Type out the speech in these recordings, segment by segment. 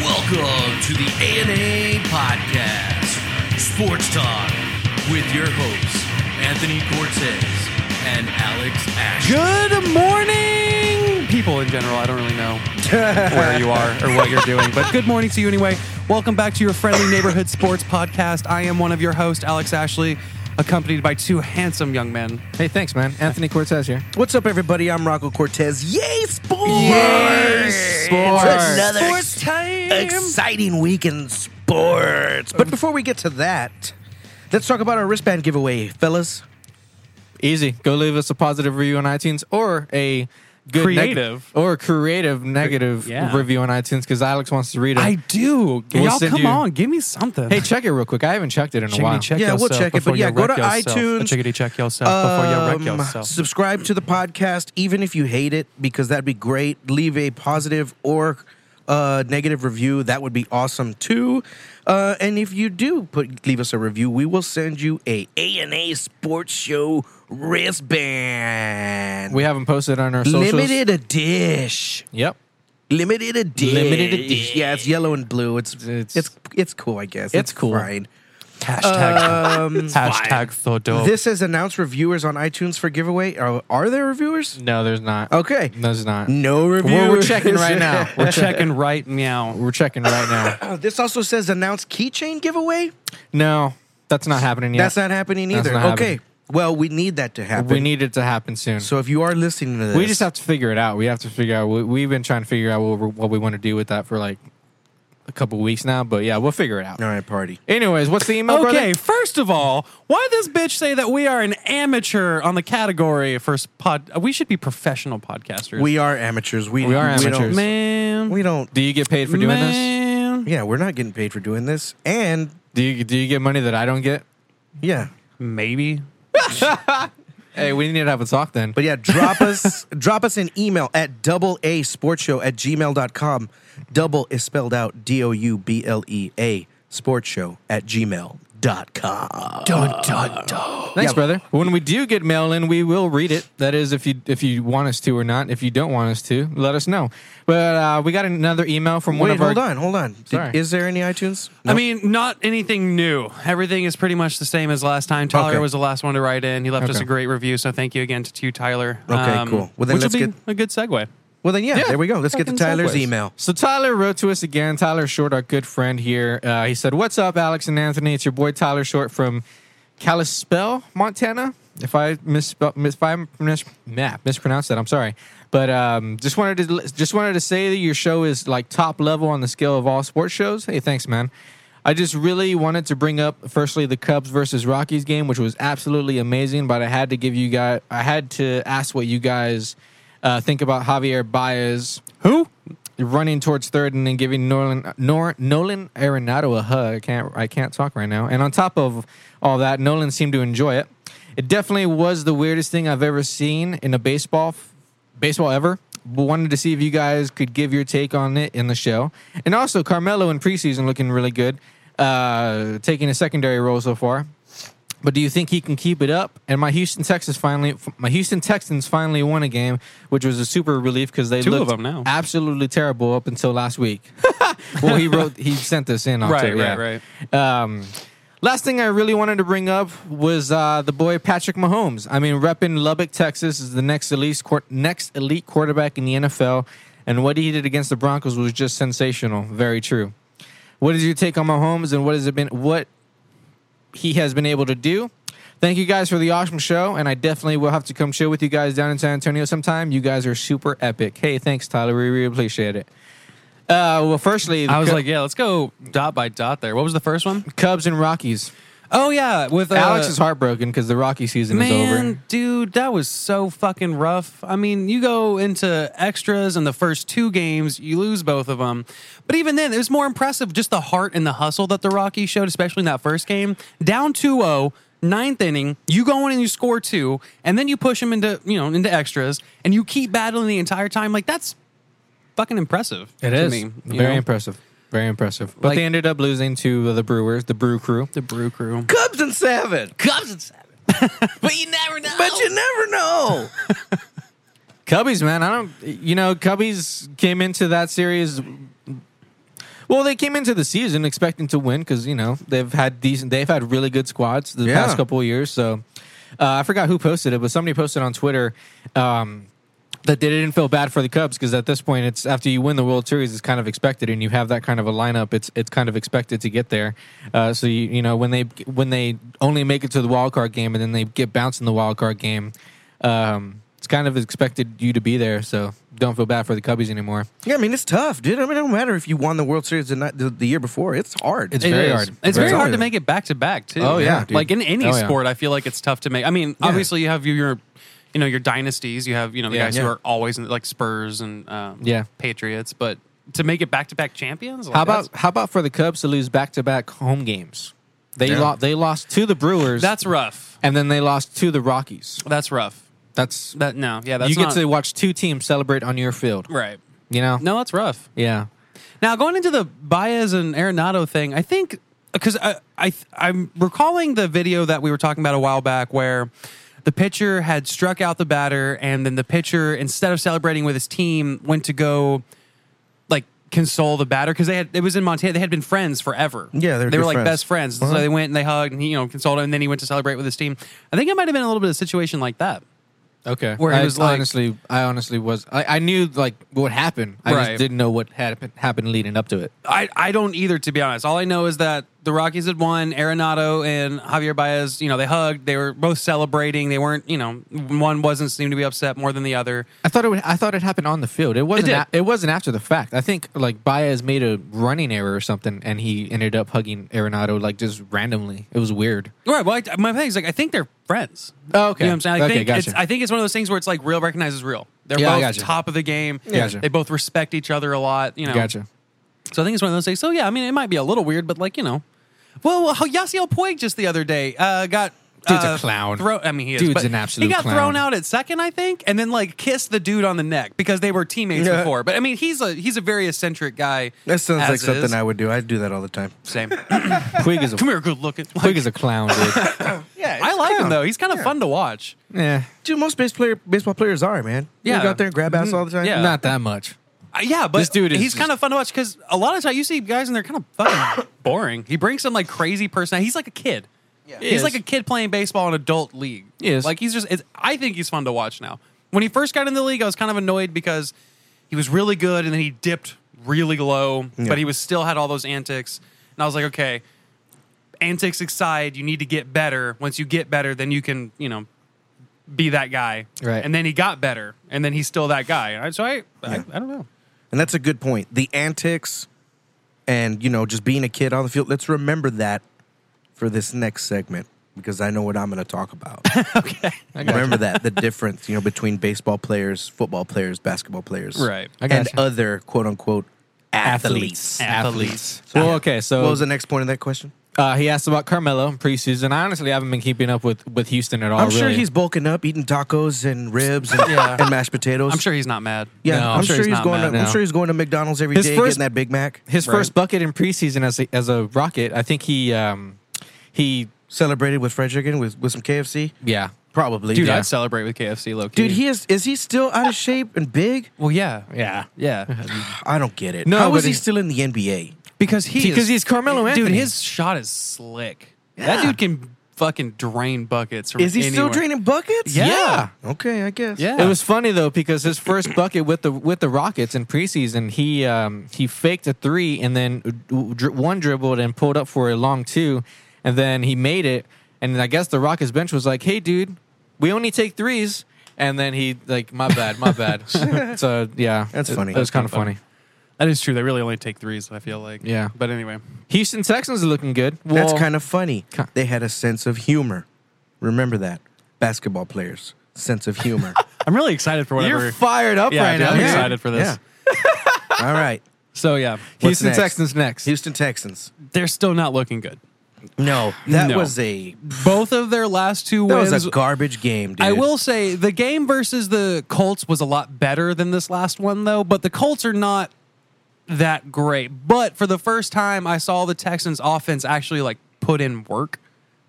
Welcome to the ANA Podcast, Sports Talk, with your hosts, Anthony Cortez and Alex Ash. Good morning, people in general. I don't really know where you are or what you're doing, but good morning to you anyway. Welcome back to your friendly neighborhood sports podcast. I am one of your hosts, Alex Ashley, accompanied by two handsome young men. Hey, thanks, man. Anthony Cortez here. What's up, everybody? I'm Rocco Cortez. Yay, sports! sports! It's another Sports ex- time! exciting week in sports. But before we get to that, let's talk about our wristband giveaway, fellas. Easy. Go leave us a positive review on iTunes or a good neg- Creative. or a creative negative yeah. review on iTunes because Alex wants to read it. I do. We'll Y'all send come you- on, give me something. hey, check it real quick. I haven't checked it in a while. check Yeah, we'll yourself check it, but before yeah, you go wreck to yourself. iTunes. Chickity check yourself before you Um, wreck yourself. Subscribe to the podcast, even if you hate it, because that'd be great. Leave a positive or uh, negative review. That would be awesome too. Uh, and if you do put leave us a review, we will send you a A and A Sports Show wristband. We haven't posted on our socials. limited a dish. Yep. Limited edition. Limited edition. Yeah, it's yellow and blue. It's It's- it's it's, cool, I guess. It's cool. Fine. hashtag hashtag so dope. This says announce reviewers on iTunes for giveaway. Are, are there reviewers? No, there's not. Okay. Mm. There's not. No reviewers. We're, we're checking right now. We're checking right meow. We're checking right now. Oh, this also says announce keychain giveaway. No, that's not happening yet. That's not happening That's either. not okay. happening. Well, we need that to happen. We need it to happen soon. So if you are listening to this, We just have to figure it out. We have to figure out. We, we've been trying to figure out what, we- what we want to do with that for like a couple weeks now. But yeah, we'll figure it out. All right, party. Anyways, what's the email, Oh, brother? Okay, first of all, why this bitch say that we are an amateur on the category for s- pod? uh, We should be professional podcasters. We are amateurs. We, We are don't- amateurs. man, we don't. Do you get paid for doing this? man, Yeah, we're not getting paid for doing this. And Do you do you get money that I don't get? yeah, Maybe Hey, we need to have a talk then. But yeah, drop us drop us an email at double A sports show at gmail.com. Double is spelled out D O U B L E A sports show at gmail.com. dun dun dun. Thanks, yeah. brother. When we do get mail in, we will read it. That is, if you if you want us to or not. If you don't want us to, let us know. But uh, we got another email from one Wait, of our. hold on, hold on. Did- Sorry. is there any iTunes? I mean, not anything new. Everything is pretty much the same as last time. Tyler Okay. was the last one to write in. He left us Okay. a great review, so thank you again to you, Tyler. Okay, cool. Well, then um, which let's will be get- a good segue. Well then yeah, Yeah, there we go. Let's get to fucking Tyler's segues. email. So Tyler wrote to us again. Tyler Short, our good friend here. Uh, he said, "What's up, Alex and Anthony? It's your boy Tyler Short from Kalispell, Montana. If I misspell, mis- if I mis- nah, mispronounced that, I'm sorry. But um, just wanted to just wanted to say that your show is like top level on the scale of all sports shows. Hey, thanks, man." I just really wanted to bring up firstly the Cubs versus Rockies game, which was absolutely amazing. But I had to give you guys, I had to ask what you guys uh, think about Javier Baez. Who? Running towards third and then giving Nolan Nor, Nolan Arenado a hug. I can't I can't talk right now. And on top of all that, Nolan seemed to enjoy it. It definitely was the weirdest thing I've ever seen in a baseball f- baseball ever. But wanted to see if you guys could give your take on it in the show. And also Carmelo in preseason looking really good, uh, taking a secondary role so far. But do you think he can keep it up? And my Houston Texans finally, my Houston Texans finally won a game, which was a super relief because they Two of looked them now. absolutely terrible up until last week. well, he wrote, he sent this in. Right, October, right, yeah. right. Um, last thing I really wanted to bring up was uh, the boy Patrick Mahomes. I mean, repping Lubbock, Texas is the next elite quar- next elite quarterback in the NFL, and what he did against the Broncos was just sensational. Very true. What is your take on Mahomes, and what has it been? What he has been able to do? Thank you guys for the awesome show, and I definitely will have to come chill with you guys down in San Antonio sometime. You guys are super epic. Hey, thanks, Tyler. We really appreciate it. Uh, well, firstly, the I was Cub- like, yeah, let's go dot by dot there. What was the first one? Cubs and Rockies. Oh yeah, with uh, Alex is heartbroken because the Rocky season Man, is over. dude, that was so fucking rough. I mean, you go into extras in the first two games, you lose both of them. But even then, it was more impressive just the heart and the hustle that the Rockies showed, especially in that first game. Down 2 0, ninth inning, you go in and you score two, and then you push them into, you know, into extras, and you keep battling the entire time. Like, that's fucking impressive. to Me, you very know? impressive. Very impressive. But Like- they ended up losing to uh, the Brewers, the Brew Crew. The Brew Crew. Cubs and seven. Cubs and seven. but you never know. But you never know. Cubbies, man, I don't. You know, Cubbies came into that series. Well, they came into the season expecting to win because you know they've had decent, they've had really good squads the Yeah. past couple of years. So uh, I forgot who posted it, but somebody posted on Twitter um, that they didn't feel bad for the Cubs because at this point, it's after you win the World Series, it's kind of expected, and you have that kind of a lineup, it's it's kind of expected to get there. Uh, so you you know when they when they only make it to the wild card game and then they get bounced in the wild card game. Um, it's kind of expected you to be there, so don't feel bad for the Cubbies anymore. Yeah, I mean it's tough, dude. I mean it don't matter if you won the World Series the, night, the, the year before. It's hard. It's It very is. hard. It's very Very hard hard. to make it back to back too. Oh, yeah, dude. like in any Oh, yeah. sport, I feel like it's tough to make. I mean, obviously you have your- your, you know, your dynasties. You have you know the Yeah. guys Yeah. who are always in, like Spurs and um, Yeah. Patriots, but to make it back to back champions, like, How about that's, how about for the Cubs to lose back to back home games? They Yeah. lost. They lost to the Brewers. that's rough. and then they lost to the Rockies. That's rough. That's That no, yeah, that's you get not- to watch two teams celebrate on your field. right. You know. No, that's rough. Yeah. Now going into the Baez and Arenado thing, I think because I, I I'm recalling the video that we were talking about a while back where the pitcher had struck out the batter, and then the pitcher instead of celebrating with his team went to go like console the batter because they had it was in Montana. They had been friends forever. Yeah, they were they good were like friends. Uh-huh. best friends. So they went and they hugged and he you know consoled him, and then he went to celebrate with his team. I think it might have been a little bit of a situation like that. Okay. Where I he was like- honestly, I honestly was. I, I knew like what happened. I Right. just didn't know what happened happened leading up to it. I, I don't either, to be honest. All I know is that the Rockies had won. Arenado and Javier Baez, you know, they hugged. They were both celebrating. They weren't, you know, one wasn't seemed to be upset more than the other. I thought it. Would, I thought it happened on the field. It wasn't. did. a- it wasn't after the fact. I think like Baez made a running error or something, and he ended up hugging Arenado like just randomly. It was weird. Right. Well, I, my thing is like I think they're friends. Oh, okay. You know what I'm saying? I Okay, think gotcha. it's I think it's one of those things where it's like real recognizes real. They're Yeah, I both gotcha. top of the game. Gotcha. They both respect each other a lot. You know. Gotcha. So I think it's one of those things. So yeah, I mean, it might be a little weird, but like you know, well, well, Yasiel Puig just the other day uh, got. Dude's a uh, clown. Throw, I mean, he is. Dude's but an absolute He got clown. thrown out at second, I think, and then like kissed the dude on the neck because they were teammates Yeah. before. But I mean, he's a he's a very eccentric guy. that sounds as like something is. I would do. I do that all the time. same. Puig is a Come here, good looking. Puig is a clown, dude. Yeah, I like him though. He's kind of fun to watch. yeah, Dude, most base player, baseball players are man. Yeah. Yeah, Mm-hmm. they go out there and grab ass all the time. Yeah. not that much. Uh, yeah, but This dude is he's just- kind of fun to watch because a lot of times you see guys and they're kind of fucking boring. He brings some like crazy personality. He's like a kid. He's Yes. like a kid playing baseball in an adult league. Yes. Like he's just, it's, I think he's fun to watch now. When he first got in the league, I was kind of annoyed because he was really good and then he dipped really low, but he was still had all those antics. And I was like, okay, antics aside, you need to get better. Once you get better, then you can, you know, be that guy. Right. And then he got better and then he's still that guy. And I- So I, I, I don't know. And that's a good point. The antics and, you know, just being a kid on the field. Let's remember that for this next segment because I know what I'm going to talk about. I got remember that the difference, you know, between baseball players, football players, basketball players. Right. I got And you. other quote unquote athletes. athletes. Athletes. Well, okay, What was so the next point of that question? uh, he asked about Carmelo in preseason. I honestly haven't been keeping up with with Houston at all. I'm Oh, sure really. he's bulking up, eating tacos and ribs and, Yeah. and mashed potatoes. I'm sure he's not mad. Yeah, No, I'm, sure, he's, not going. mad To, I'm now. sure he's going to McDonald's every day His first- getting that Big Mac. his right? first bucket in preseason as a, as a Rocket. I think he um, he celebrated with fried chicken with, with some KFC. yeah. Probably, Dude, yeah. I'd celebrate with KFC low Dude, he is. Is he still out of shape and big? well, yeah, Yeah. yeah, I don't get it. No, how but is he he- still in the NBA? because he Because is- he's Carmelo dude. Anthony. His shot is slick. That Yeah. dude can fucking drain buckets. From Is he still anywhere. draining buckets? Yeah. Okay, I guess. Yeah. It was funny though because his first bucket with the with the Rockets in preseason, he um, he faked a three and then dri- one dribbled and pulled up for a long two, and then he made it. And I guess the Rockets bench was like, "Hey, dude, we only take threes. And then he like, "My bad, my bad." so yeah, That's It- funny. It was kind of kinda funny. That is true. They really only take threes. I feel like. Yeah. But anyway, Houston Texans are looking good. That's Well, kind of funny. Ki- They had a sense of humor. Remember that, basketball players' sense of humor. I'm really excited for whatever. You're fired up yeah, right dude, now. I'm Yeah. excited for this. Yeah. All right, So yeah, What's Houston next? Texans next. Houston Texans. they're still not looking good. No, that No. was a Both of their last two that wins was a garbage game, dude. I will say the game versus the Colts was a lot better than this last one, though. But the Colts are not that great. But for the first time, I saw the Texans' offense actually like put in work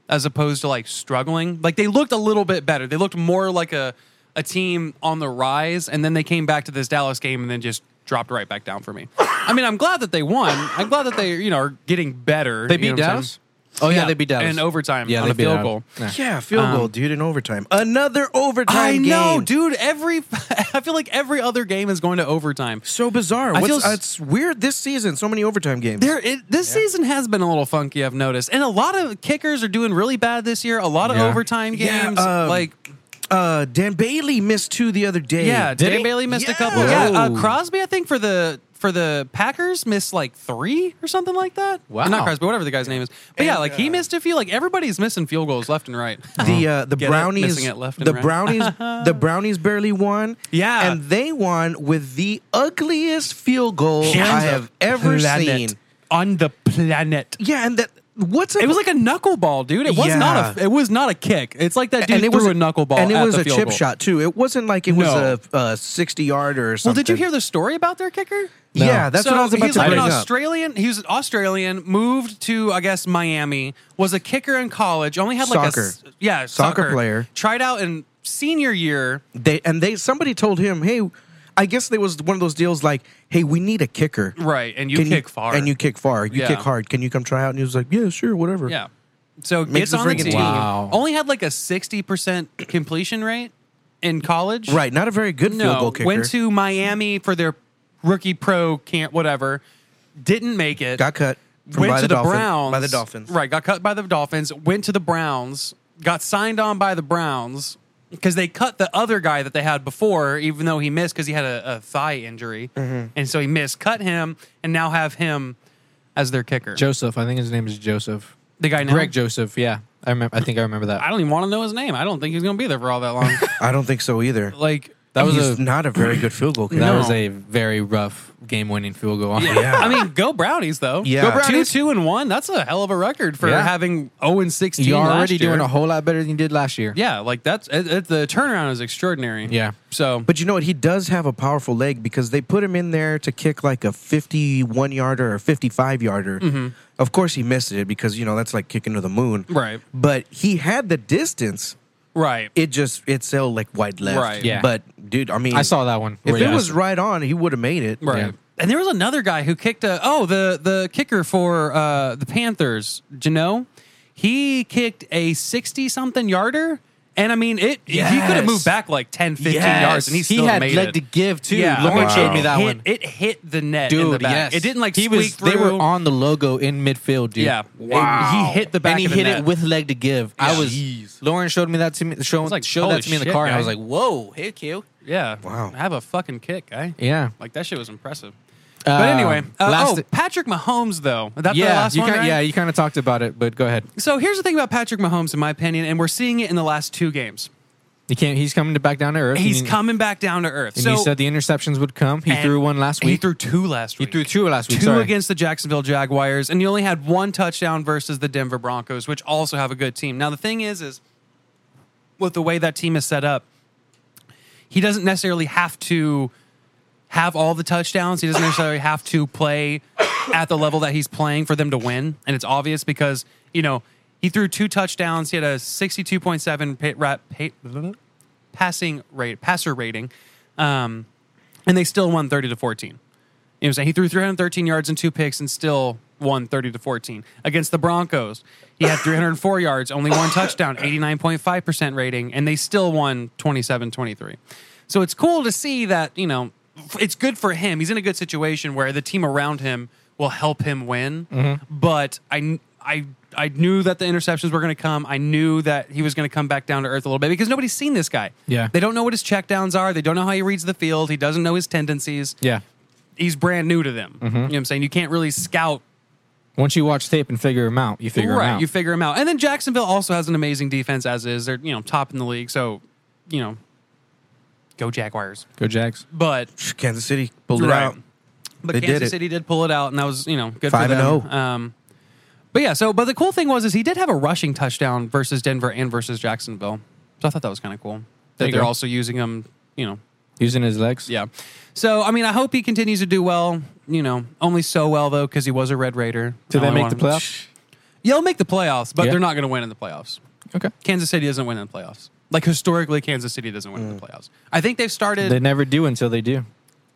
as opposed to like struggling. Like they looked a little bit better. They looked more like a a team on the rise, and then they came back to this Dallas game and then just dropped right back down for me. I mean, I'm glad that they won. I'm glad that they you know are getting better. They you beat know what I'm Dallas? saying? Oh, yeah, they beat Dallas. in overtime. Yeah, on they a beat field Dallas. goal. Yeah. Yeah, field goal, dude, in overtime. Another overtime Um, I game. know, dude. Every I feel like every other game is going to overtime. So bizarre. I What's, feel s- uh, it's weird this season. So many overtime games. There, it, this season has been a little funky. I've noticed, and a lot of kickers are doing really bad this year. A lot of Yeah. overtime Yeah, games, um, like uh, Dan Bailey missed two the other day. yeah, did Did he? Bailey missed Yeah. a couple. Yeah, Whoa. uh, Crosby, I think for the for the Packers missed like three or something like that. Wow. not Crosby, whatever the guy's name is. But yeah, And, like he uh, missed a few. Like everybody's missing field goals left and right. the uh, the Get it? brownies Missing it left and the right. brownies the brownies barely won Yeah. and they won with the ugliest field goal Yeah. i have ever seen on the planet. yeah and that what's It was like a knuckleball, dude. It was Yeah. not a. It was not a kick. It's like that dude threw a knuckleball, and it at was the a field chip goal. shot too it wasn't like it was No. a, a 60 yarder or something Well, did you hear the story about their kicker? yeah that's what i was about he's to like bring an up Australian. He was Australian, moved to I guess Miami, was a kicker in college, only had like a s- Soccer. yeah Soccer player. Tried out in senior year. they and they somebody told him hey i guess there was one of those deals like hey we need a kicker Right, and you Can kick far. and you kick far you Yeah. kick hard can you come try out and he was like yeah sure whatever yeah. So gets Makes the on the friggin' team. team. Wow. Only had like a sixty percent completion rate in college. right not a very good field goal No, kicker went to Miami for their rookie pro camp, whatever. Didn't make it. got cut from went by to the, the, Dolphin- Browns by the Dolphins. Right, got cut by the Dolphins. Went to the Browns. Got signed on by the Browns because they cut the other guy that they had before, even though he missed because he had a, a thigh injury, and so he missed. Cut him, and now have him as their kicker. Joseph, I think his name is Joseph. the guy now. Greg Joseph, yeah. I remember I think I remember that. I don't even want to know his name. I don't think he's going to be there for all that long. I don't think so either. like That was He's a not a very good field goal kicker. that No. was a very rough game winning field goal. Yeah. I mean, go Brownies though. Yeah. go Go Brownies. Two, two, and one. That's a hell of a record for Yeah. having zero and sixteen. You're already last year. doing a whole lot better than you did last year. Yeah, like that's it, it, the turnaround is extraordinary. Yeah. So, But you know what? He does have a powerful leg because they put him in there to kick like a 51 yarder or 55 yarder. Mm-hmm. Of course, he missed it because, you know, that's like kicking to the moon. Right. But he had the distance. right. It just, it's still like wide left. Right. Yeah. But, dude, I mean, I saw that one. If where you it was asked- right on, he would have made it. Right. Yeah. And there was another guy who kicked a oh the the kicker for uh, the Panthers, Jano. He kicked a sixty something yarder, and I mean it. He could have Yes. moved back like 10, 15 yards, and he still had made leg it. to give too. Yeah, Lauren It showed me that hit, one. It hit the net, in the Dude, back. yes. It didn't like he squeak was. through. They were on the logo in midfield, dude. Yeah. And Wow. he hit the back, and he of the hit net. it with leg to give. I was. Lauren showed me that to me. Showed, like, showed holy that to me in the shit, car, and I guy. was like, "Whoa, hey, Q." Yeah. Wow. Have a fucking kick, guy. Yeah. Like that shit was impressive. But anyway, uh, Um, last- oh, Patrick Mahomes though. That's the yeah, last you one, kind right? yeah, you kind of talked about it, but go ahead. So here's the thing about Patrick Mahomes, in my opinion, and we're seeing it in the last two games. You can't. He's coming to back down to earth. He's and, he- coming back down to earth. And so he said the interceptions would come. He and threw one last week. He threw two last He week. threw two last week. two sorry. against the Jacksonville Jaguars, and he only had one touchdown versus the Denver Broncos, which also have a good team. Now the thing is, is with the way that team is set up, he doesn't necessarily have to have all the touchdowns. He doesn't necessarily have to play at the level that he's playing for them to win. And it's obvious because, you know, he threw two touchdowns. He had a 62.7 pa- ra- pa- passing rate, passer rating. Um, and they still won 30 to 14. You know what I'm saying? He threw 313 yards and two picks and still won 30 to 14. Against the Broncos, he had 304 yards, only one touchdown, 89.5% rating, and they still won 27 23. So it's cool to see that, you know, f- it's good for him. He's in a good situation where the team around him will help him win. But I, kn- I, I knew that the interceptions were going to come. I knew that he was going to come back down to earth a little bit because nobody's seen this guy. Yeah. They don't know what his checkdowns are. They don't know how he reads the field. He doesn't know his tendencies. Yeah. He's brand new to them. Mm-hmm. You know what I'm saying? You can't really scout. Once you watch tape and figure him out, you figure him right. out. You figure him out. And then Jacksonville also has an amazing defense as is. They're, you know, top in the league. So, you know, go Jaguars. Go Jags. But Kansas City pulled it Right. out. But They did Kansas it. City did pull it out, and that was you know good Five for and them. oh. um, but yeah, so but the cool thing was is he did have a rushing touchdown versus Denver and versus Jacksonville, so I thought that was kind of cool There that you they're go. also using him. You know, Using his legs. yeah. So I mean, I hope he continues to do well. You know, only so well though because he was a Red Raider. Did I they only make the want him- playoffs? Yeah, they'll make the playoffs, but Yeah. they're not going to win in the playoffs. Okay. Kansas City doesn't win in the Mm. playoffs. Like historically, Kansas City doesn't win in the playoffs. I think they've started. Uh, They never do until they do.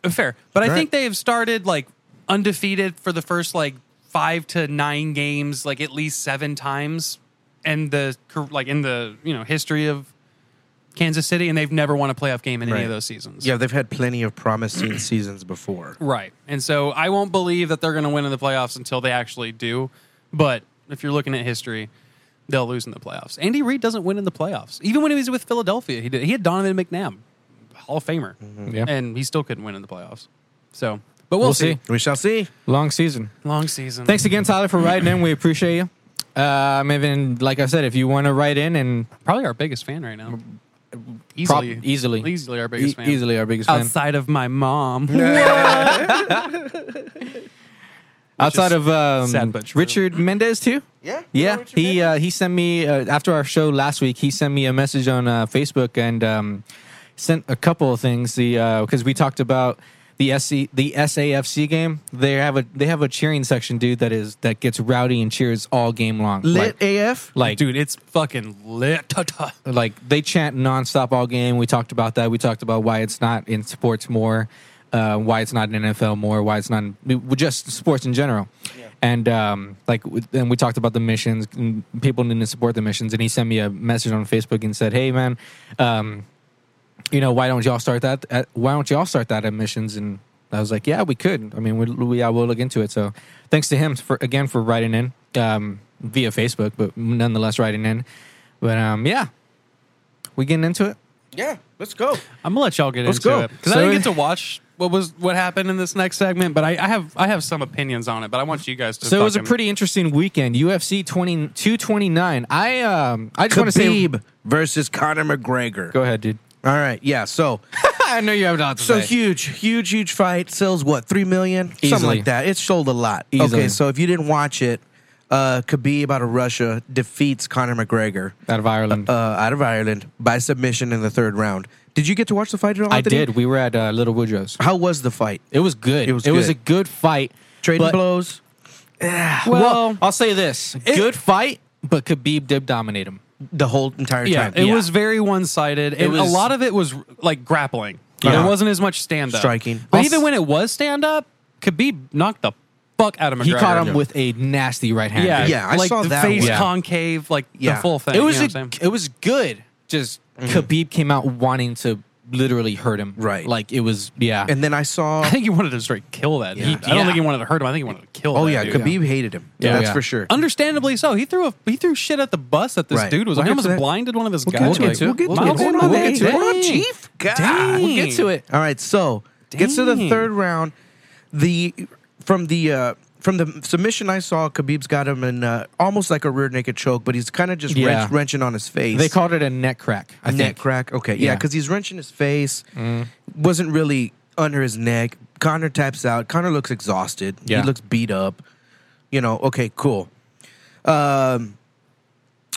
Fair, but I Right. think they have started like undefeated for the first like five to nine games, like at least seven times, and the cur- like in the you know history of Kansas City, and they've never won a playoff game in any of Right. those seasons. Yeah, they've had plenty of promising seasons before. right. And so I won't believe that they're going to win in the playoffs until they actually do. But if you're looking at history, they'll lose in the playoffs. Andy Reid doesn't win in the playoffs, even when he was with Philadelphia. He did. He had Donovan McNabb, Hall of Famer, Mm-hmm. Yeah. and he still couldn't win in the playoffs. So, but We'll see. see. We shall see. Long season. Long season. Thanks again, Tyler, for writing in. We appreciate you. Um, even like I said, if you want to write in and Probably our biggest fan right now. Mm-hmm. prob- Easily, easily, easily our biggest E- fan. easily our biggest fan. outside of my mom. outside is of um, sad but true. Richard Mendez too. Yeah. Yeah, he uh, he sent me uh, after our show last week. He sent me a message on uh, Facebook and um, sent a couple of things. The because we talked about the SC, the SAFC game. They have a they have a cheering section, dude. That is that gets rowdy and cheers all game long. Lit Like, AF. like Dude, it's fucking lit. Ta-ta. like they chant nonstop all game. We talked about that. We talked about why it's not in sports more, uh, why it's not in NFL more, why it's not in, we- we- just sports in general. And um, like, w- and we talked about the missions. And people didn't support the missions. And he sent me a message on Facebook and said, "Hey, man, um, you know, why don't y'all start that? At, why don't y'all start that at missions?" And I was like, "Yeah, we could. I mean, we, we yeah, we'll look into it." So, thanks to him for again for writing in um, via Facebook, but nonetheless writing in. But um, yeah, we getting into it? Yeah. Let's go. I'm gonna let y'all get Let's into go. it because So- I didn't get to watch what was what happened in this next segment. But I, I have I have some opinions on it. But I want you guys to. So it was a fucking- pretty interesting weekend. UFC 20, 229. I um I just want to say Khabib versus Conor McGregor. Go ahead, dude. All right. Yeah. So, I know you have not so huge, huge, huge fight. Sells what? Three million? Easily. Something like that. It sold a lot. Easily. Okay. So if you didn't watch it, uh, Khabib out of Russia defeats Conor McGregor out of Ireland. uh, out of Ireland by submission in the third round. Did you get to watch the fight at all? I Anthony? did. We were at uh, Little Woodrow's. How was the fight? It was good. It was a good. good fight. Trading but- blows. Well, Well- I'll say this: good fight, but Khabib did dominate him. The whole entire Yeah, time. it Yeah. was very one sided, and a was- lot of it was like grappling. Yeah. There wasn't as much stand up Striking. But I'll even s- when it was stand up, Khabib knocked the fuck out of McGregor. He caught him with a nasty right hand. Yeah, dude. Yeah, I like saw the that face one. Yeah. concave, like Yeah. the full thing. it was you know a- what I'm saying? it was good. Just Khabib came out wanting to literally hurt him. Right. like it was. Yeah, And then I saw. I think he wanted to straight kill that. He, I Yeah. don't think he wanted to hurt him. I think he wanted to kill. Oh that yeah, dude. Khabib hated him. Yeah, that's yeah. for sure. Understandably so. He threw a he threw shit at the bus that this Right. dude was. We'll on. he get almost to that. blinded one of his get guys. to it, too. We'll get to it. Hold on, We'll man. get to it. Dang. What up, Chief? God. Dang. we'll get to it. All right, so gets to the Dang. third round. The from the uh, from the submission I saw, Khabib's got him in uh, almost like a rear naked choke, but he's kind of just Yeah. wrench, wrenching on his face. They called it a neck crack. I neck think. crack. Okay, yeah, Yeah. Mm. because he's wrenching his face. Wasn't really under his neck. Connor taps out. Connor looks exhausted. Yeah. He looks beat up. You know. Okay, cool. Um,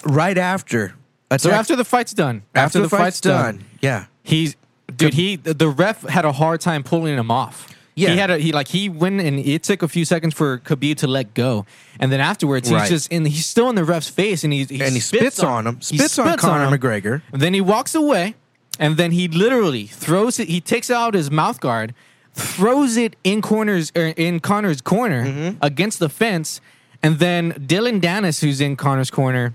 right after. So after the fight's done, after, the, fight's, done, yeah, he's dude. He the the ref had a hard time pulling him off. Yeah. he had a, he like he went and it took a few seconds for Khabib to let go, and then afterwards Right. he's just and he's still in the ref's face, and he, he and he spits, on him. He Spits, on Conor him. McGregor. Then he walks away, and then he literally throws it. He takes out his mouth guard, throws it in corners or in Connor's corner Mm-hmm. against the fence, and then Dylan Dennis, who's in Connor's corner,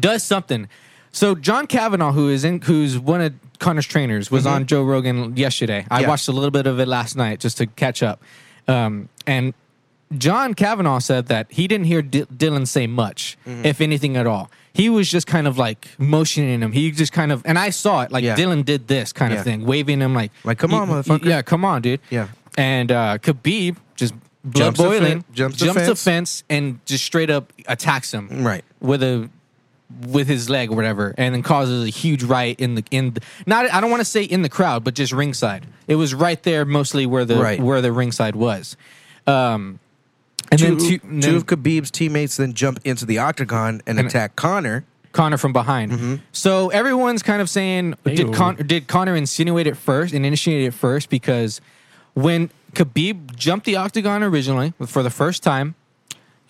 does something. So John Kavanaugh, who is in, who's one of Connor's trainers, was on Joe Rogan yesterday. I Mm-hmm. Yeah. watched a little bit of it last night just to catch up, um, and John Kavanaugh said that he didn't hear D- Dylan say much, Mm-hmm. if anything at all. He was just kind of like motioning him. He just kind of, and I saw it like Yeah. Dylan did this kind Yeah. of thing, waving him like, Like, come on, "Y- y- motherfucker." yeah, come on, dude, Yeah. And uh, Khabib just blood Jumps the boiling, fen- jumps jumps, the the fence. fence, and just straight up attacks him, Right. with a with his leg or whatever, and then causes a huge riot in the in the, not I don't want to say in the crowd, but just ringside. It was right there, mostly where the Right. where the ringside was. Um, and Two, then two, two and then of Khabib's teammates then jump into the octagon and, attack Connor. Connor from behind. Mm-hmm. So everyone's kind of saying, did, Con- did Connor insinuate it first and initiate it first? Because when Khabib jumped the octagon originally for the first time,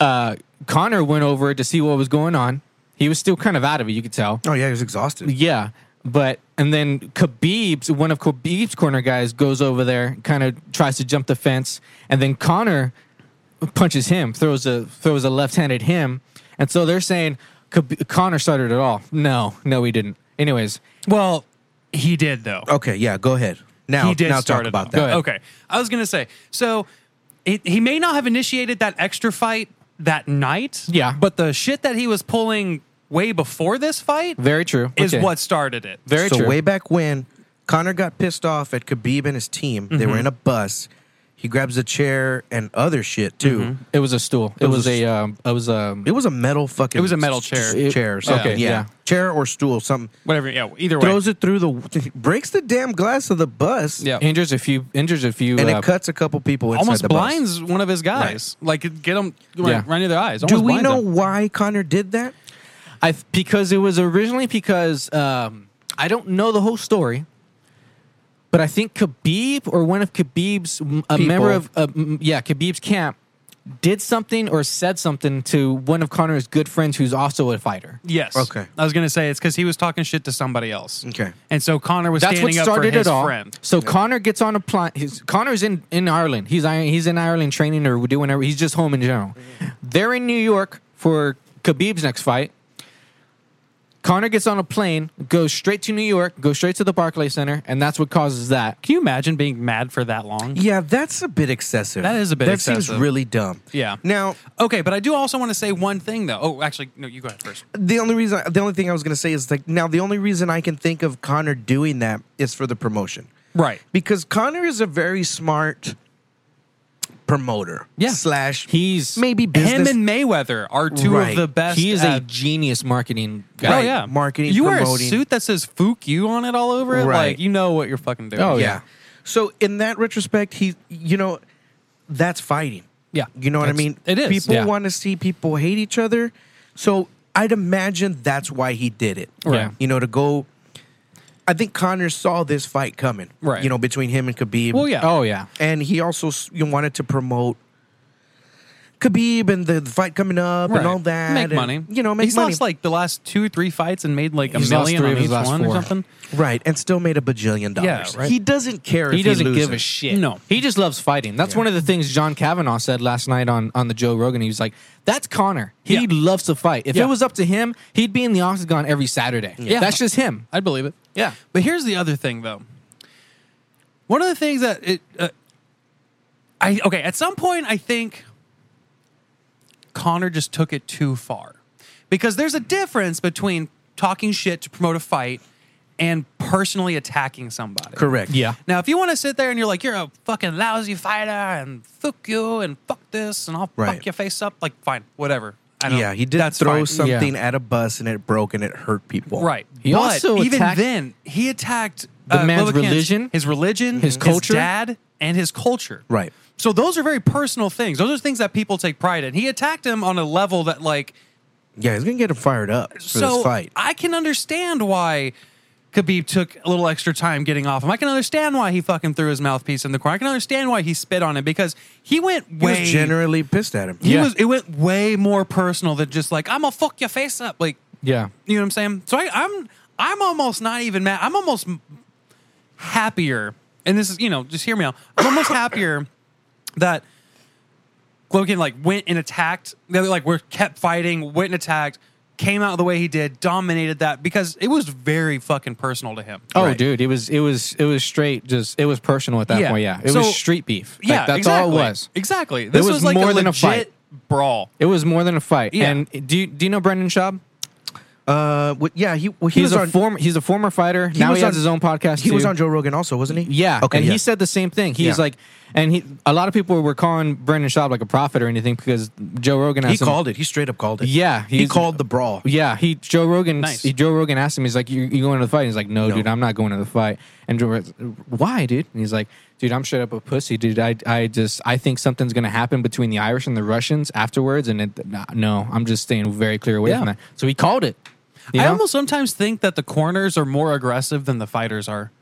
uh, Connor went over to see what was going on. He was still kind of out of it, you could tell. Oh yeah, he was exhausted. Yeah, but And then Khabib's one of Khabib's corner guys goes over there, kind of tries to jump the fence, and then Connor punches him, throws a throws a left hand at him, and so they're saying Khabib, Connor started it all. No, no, he didn't. Anyways, Well, he did though. Okay, yeah, go ahead. Oh, Now, he did now start talk it about all. that. Okay. I was gonna say, so it, he may not have initiated that extra fight that night. Yeah. But the shit that he was pulling way before this fight very true. is Okay. what started it. very so true. way back when, Connor got pissed off at Khabib and his team. They Mm-hmm. were in a bus. He grabs a chair and other shit too. Mm-hmm. it was a stool. It, was was, a a. Um, it was a. It was a metal fucking. It was a metal chair. s- chair. Or something. okay, yeah. yeah. chair or stool. Something Whatever. Yeah. Either way. throws it through the breaks the damn glass of the bus. Yeah. Injures a few. Injures a few. and uh, it cuts a couple people. Inside Almost the bus. blinds one of his guys. Like get him right, Yeah. right near their eyes. Do Almost we blinds know him. why Connor did that? I because it was originally because um, I don't know the whole story, but I think Khabib or one of Khabib's a member of uh, m- yeah Khabib's camp did something or said something to one of Connor's good friends who's also a fighter. Yes. Okay. I was gonna say it's because he was talking shit to somebody else. Okay. And so Connor was That's what standing up for started his it all. friend. So Connor gets on a plane. His, Connor's in, in Ireland. He's ir- he's in Ireland training or doing whatever. He's just home in general. They're in New York for Khabib's next fight. Connor gets on a plane, goes straight to New York, goes straight to the Barclay Center, and that's what causes that. Can you imagine being mad for that long? Yeah, that's a bit excessive. That is a bit That seems excessive. really dumb. Yeah. Now, Okay, but I do also want to say one thing though. Oh, actually, no, you go ahead first. the only reason, the only thing I was going to say is like, now the only reason I can think of Connor doing that is for the promotion. Right. Because Connor is a very smart promoter. Yeah. Slash, He's maybe business. Him and Mayweather are two Right. of the best. he is a at- genius marketing Oh guy. yeah, marketing, You wear a promoting. suit that says "fuck you" on it all over it. Right. Like you know what you're fucking doing. Oh, yeah. yeah. So in that retrospect, he, you know, that's fighting. Yeah. You know what I That's- mean? it is, People yeah. want to see people hate each other. So I'd imagine that's why he did it. Right. You know, to go. I think Connor saw this fight coming. Right. You know, between him and Khabib. Well, yeah. Oh yeah. And he also s- you know, wanted to promote Khabib and the, the fight coming up Right. and all that. Make and, money. You know, make he's money. lost like the last two or three fights and made like a He's lost million three on of his each last one or four. something. right. And still made a bajillion Yeah, dollars. right. He doesn't care He if doesn't loses. give a shit. No. he just loves fighting. That's one of the things John Kavanaugh said last night on on the Joe Rogan. He was like, "That's Connor. He Yeah. loves to fight. If Yeah. it was up to him, he'd be in the octagon every Saturday. Yeah. that's just him. I'd believe it. Yeah. But here's the other thing, though. One of the things that it, uh, I okay, at some point, I think Connor just took it too far because there's a difference between talking shit to promote a fight and personally attacking somebody. Correct. Yeah. Now, if you want to sit there and you're like, you're a fucking lousy fighter and fuck you and fuck this and I'll Right. fuck your face up, like, fine, whatever. I don't, Yeah, he did that's throw fine. something at a bus and it broke and it hurt people. Right. He but also even attacked- then, he attacked The man's Lillikins, religion, his religion, his culture. dad, and his culture. Right. So those are very personal things. Those are things that people take pride in. He attacked him on a level that, like, Yeah, he's gonna get him fired up for so this fight. I can understand why Khabib took a little extra time getting off him. I can understand why he fucking threw his mouthpiece in the corner. I can understand why he spit on him because he went He way was generally pissed at him. he Yeah. was it went way more personal than just like I'm gonna fuck your face up. Like Yeah, you know what I'm saying? So I, I'm I'm almost not even mad. I'm almost m- happier. And this is you know just hear me out. I'm almost happier that Logan like went and attacked. They like were kept fighting, went and attacked, came out the way he did, dominated that because it was very fucking personal to him. Oh, Right. dude, it was it was it was straight. Just it was personal at that Yeah. point. Yeah, it So- was street beef. Like, that's exactly. all it was. Exactly. This was like more a than a legit fight. brawl. It was more than a fight. Yeah. And do you, do you know Brendan Schaub? Uh, wh- yeah, he well, he He's was a on. former he's a former fighter. now was he has on- his own podcast. he was too. on Joe Rogan also, wasn't he? Yeah. Okay. And yeah. he said the same thing. He's Yeah. like, and he, a lot of people were calling Brendan Schaub like a prophet or anything because Joe Rogan asked he him- called it. He straight up called it. Yeah, He he's- called the brawl. Yeah, he Joe Rogan. Nice. He, Joe Rogan asked him. He's like, "You you going to the fight?" he's like, no, dude, I'm not going to the fight." And Joe, Rogan's, why, dude? And he's like, "Dude, I'm straight up a pussy, dude. I I just I think something's gonna happen between the Irish and the Russians afterwards, and it, nah, no, I'm just staying very clear away Yeah. from that." So he called it. you I know? almost sometimes think that the corners are more aggressive than the fighters are.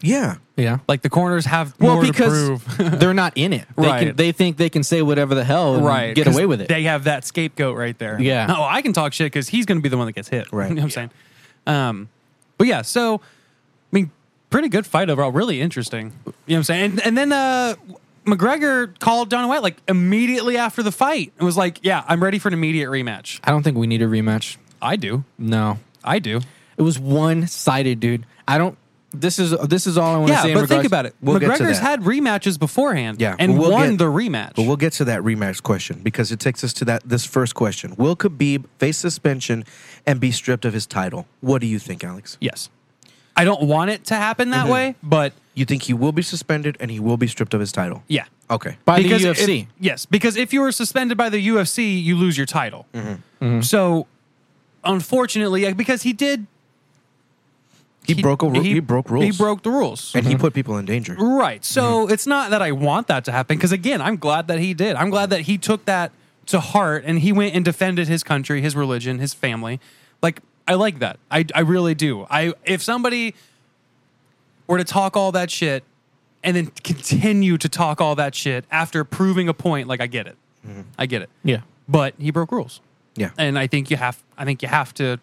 Yeah. yeah. Like the corners have Well, more to because prove. they're not in it. They Right. Can, they think they can say whatever the hell and right get 'cause away with it. they have that scapegoat right there Oh, Yeah. no i can talk shit because he's gonna be the one that gets hit Right. you know what i'm saying um but yeah so pretty good fight overall. Really interesting. You know what I'm saying? And, and then uh, McGregor called Dana White like immediately after the fight and was like, "Yeah, I'm ready for an immediate rematch." I don't think we need a rematch. I do. No, I do. it was one sided, dude. I don't. This is this is all I want to Yeah, say. in but think regards- about it. We'll get to McGregor's that. had rematches beforehand, Yeah, and we'll won get- the rematch. But we'll get to that rematch question because it takes us to that this first question. Will Khabib face suspension and be stripped of his title? What do you think, Alex? yes, I don't want it to happen that way, but You think he will be suspended and he will be stripped of his title? yeah, Okay. by the if- UFC. yes, because if you were suspended by the UFC, you lose your title. Mm-hmm. So, unfortunately, yeah, because he did, He, broke a ru- he, broke rules. He broke Mm-hmm. the rules. and he put people in danger. Right. So it's not that I want that to happen because again, I'm glad that he did. I'm glad that he took that to heart and he went and defended his country, his religion, his family. Like I like that. I I really do. I if somebody were to talk all that shit and then continue to talk all that shit after proving a point, like I get it. I get it. yeah. But he broke rules. Yeah. And uh, I think you have I think you have to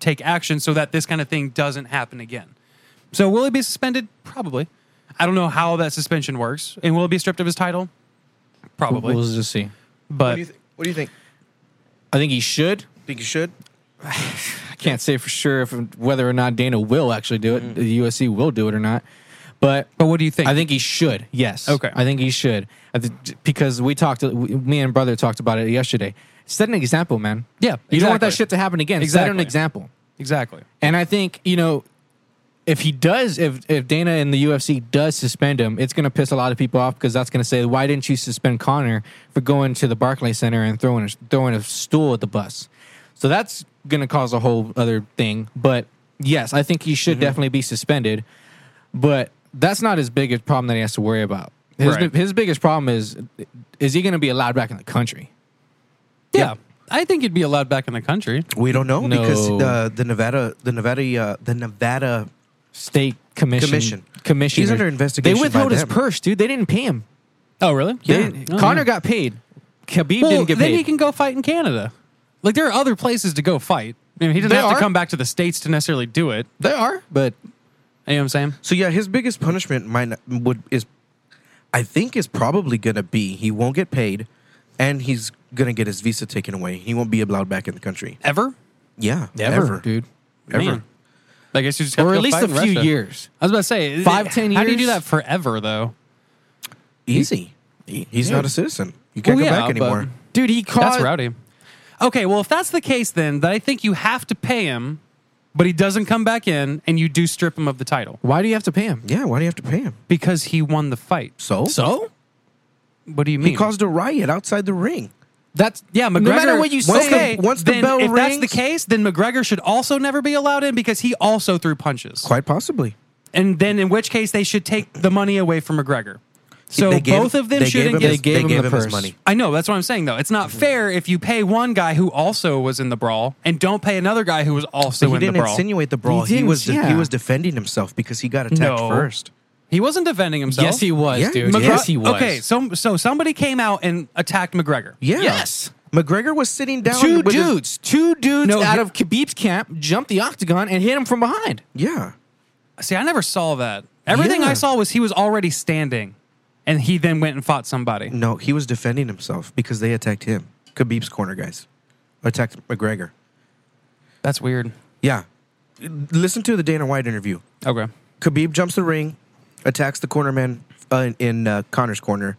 take action so that this kind of thing doesn't happen again. So will he be suspended? Probably. I don't know how that suspension works. And will it be stripped of his title? Probably. We'll just see. but what do you think? I think he should. Think you should? I can't say for sure if whether or not Dana will actually do it. The USC will do it or not. But but what do you think? Mm-hmm. I think he should. Yes. Okay. I think he should I th- because we talked. we- Me and brother talked about it yesterday. Set an example, man. Yeah, You don't want that exactly. shit to happen again. Set an Exactly. example. exactly. And I think you know, if he does, if if Dana and the UFC does suspend him, it's going to piss a lot of people off because that's going to say, why didn't you suspend Connor for going to the Barclay Center and throwing a, throwing a stool at the bus? So that's going to cause a whole other thing. But yes, I think he Mm-hmm. should definitely be suspended. But that's not his biggest problem that he has to worry about. His, Right. his biggest problem is is he going to be allowed back in the country? Yeah. I think he'd be allowed back in the country. We don't know because No. the the Nevada the Nevada uh, the Nevada State commission Commission. commission. He's under investigation They by withheld his them. purse, dude. They didn't pay him. Oh really? They didn't- Connor got paid. Khabib well, didn't get then paid. he can go fight in Canada. Like there are other places to go fight. I mean, he doesn't There have to are. come back to the states to necessarily do it. they are, but You know what I'm saying? So yeah, his biggest punishment might not, would is, I think is probably gonna be he won't get paid, and he's gonna get his visa taken away. He won't be allowed back in the country. Ever? Yeah, dude, ever. Man. I guess you just have or to at go least fight a in few Russia. years. I was about to say Five, it- ten How do you do years? that forever though? easy. He's not a citizen. You can't Well, go yeah, back but- anymore. Dude, he caught. That's rowdy. Okay, well, if that's the case, then that I think you have to pay him, but he doesn't come back in, and you do strip him of the title Why do you have to pay him? Yeah, why do you have to pay him? because he won the fight. So So What do you mean? he caused a riot outside the ring. that's yeah, McGregor. No matter what you once say, the- Okay, once the then bell if that's the rings- case, then McGregor should also never be allowed in because he also threw punches, Quite possibly. and then in which case they should take the money away from McGregor. So They gave- both of them they gave him Mm-hmm. shouldn't get. his- They gave they him gave the him his purse. money. I know that's what I'm saying though. It's not fair if you pay one guy who also was in the brawl and don't pay another guy who was also So he in didn't the brawl. insinuate the brawl. He, didn't, was de- he yeah. was defending himself because he got attacked No. first. He wasn't defending himself. yes, he was, Yeah, dude. McGregor- yes, he was. Okay, so so somebody came out and attacked McGregor. Yeah. Yes. McGregor was sitting down. two with his- dudes, two dudes No, out he- of Khabib's camp jumped the octagon and hit him from behind. yeah. See, I never saw that. Everything Yeah. I saw was he was already standing, and he then went and fought somebody. No, he was defending himself because they attacked him. Khabib's corner guys attacked McGregor. That's weird. Yeah. Listen to the Dana White interview. Okay. Khabib jumps the ring, attacks the corner man uh, in uh, Connor's corner.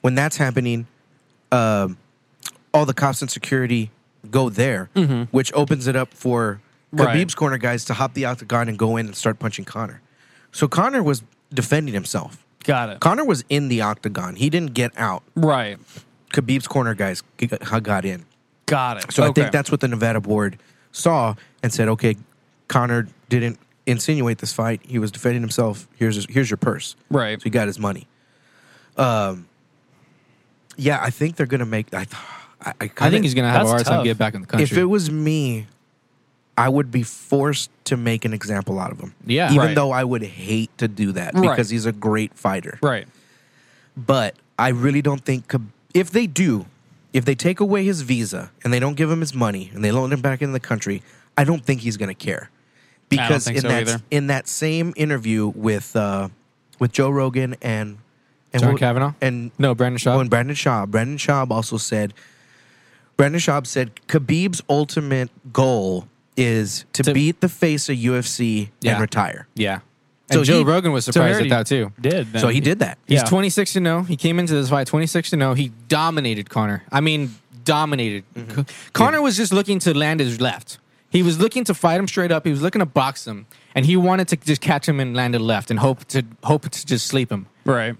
When that's happening, um, all the cops and security go there, which opens it up for Khabib's Right. corner guys to hop the octagon and go in and start punching Connor. So Connor was defending himself. Got it. Connor was in the octagon. He didn't get out. Right. Khabib's corner guys g- got in. Got it. So I Okay. think that's what the Nevada board saw and said, okay, Connor didn't insinuate this fight. He was defending himself. Here's his, here's your purse. Right. So he got his money. Um, yeah, I think they're gonna make. I, th- I, I, I think kinda- he's gonna have a That's hard time tough. getting back in the country. If it was me, I would be forced to make an example out of him. Yeah. Even Right. though I would hate to do that Right. because he's a great fighter right. but I really don't think Khab- if they do, if they take away his visa and they don't give him his money and they loan him back in the country, I don't think he's going to care. because think in so that either. in that same interview with uh, with Joe Rogan and and John who- Kavanaugh? and No, Brandon Shaw. Oh, and Brandon Schaub. Brandon Schaub also said, Brandon Schaub said, Khabib's ultimate goal is to, To- beat the face of UFC Yeah. and retire. yeah. So and Joe he- Rogan was surprised already- at that too. Did then. So he did that. He's Yeah. 26 to 0. He came into this fight 26 to 0. He dominated Connor. I mean, dominated. Mm-hmm. Co- Connor was just looking to land his left. He was looking to fight him straight up. He was looking to box him, and he wanted to just catch him and land a left and hope to hope to just sleep him. right.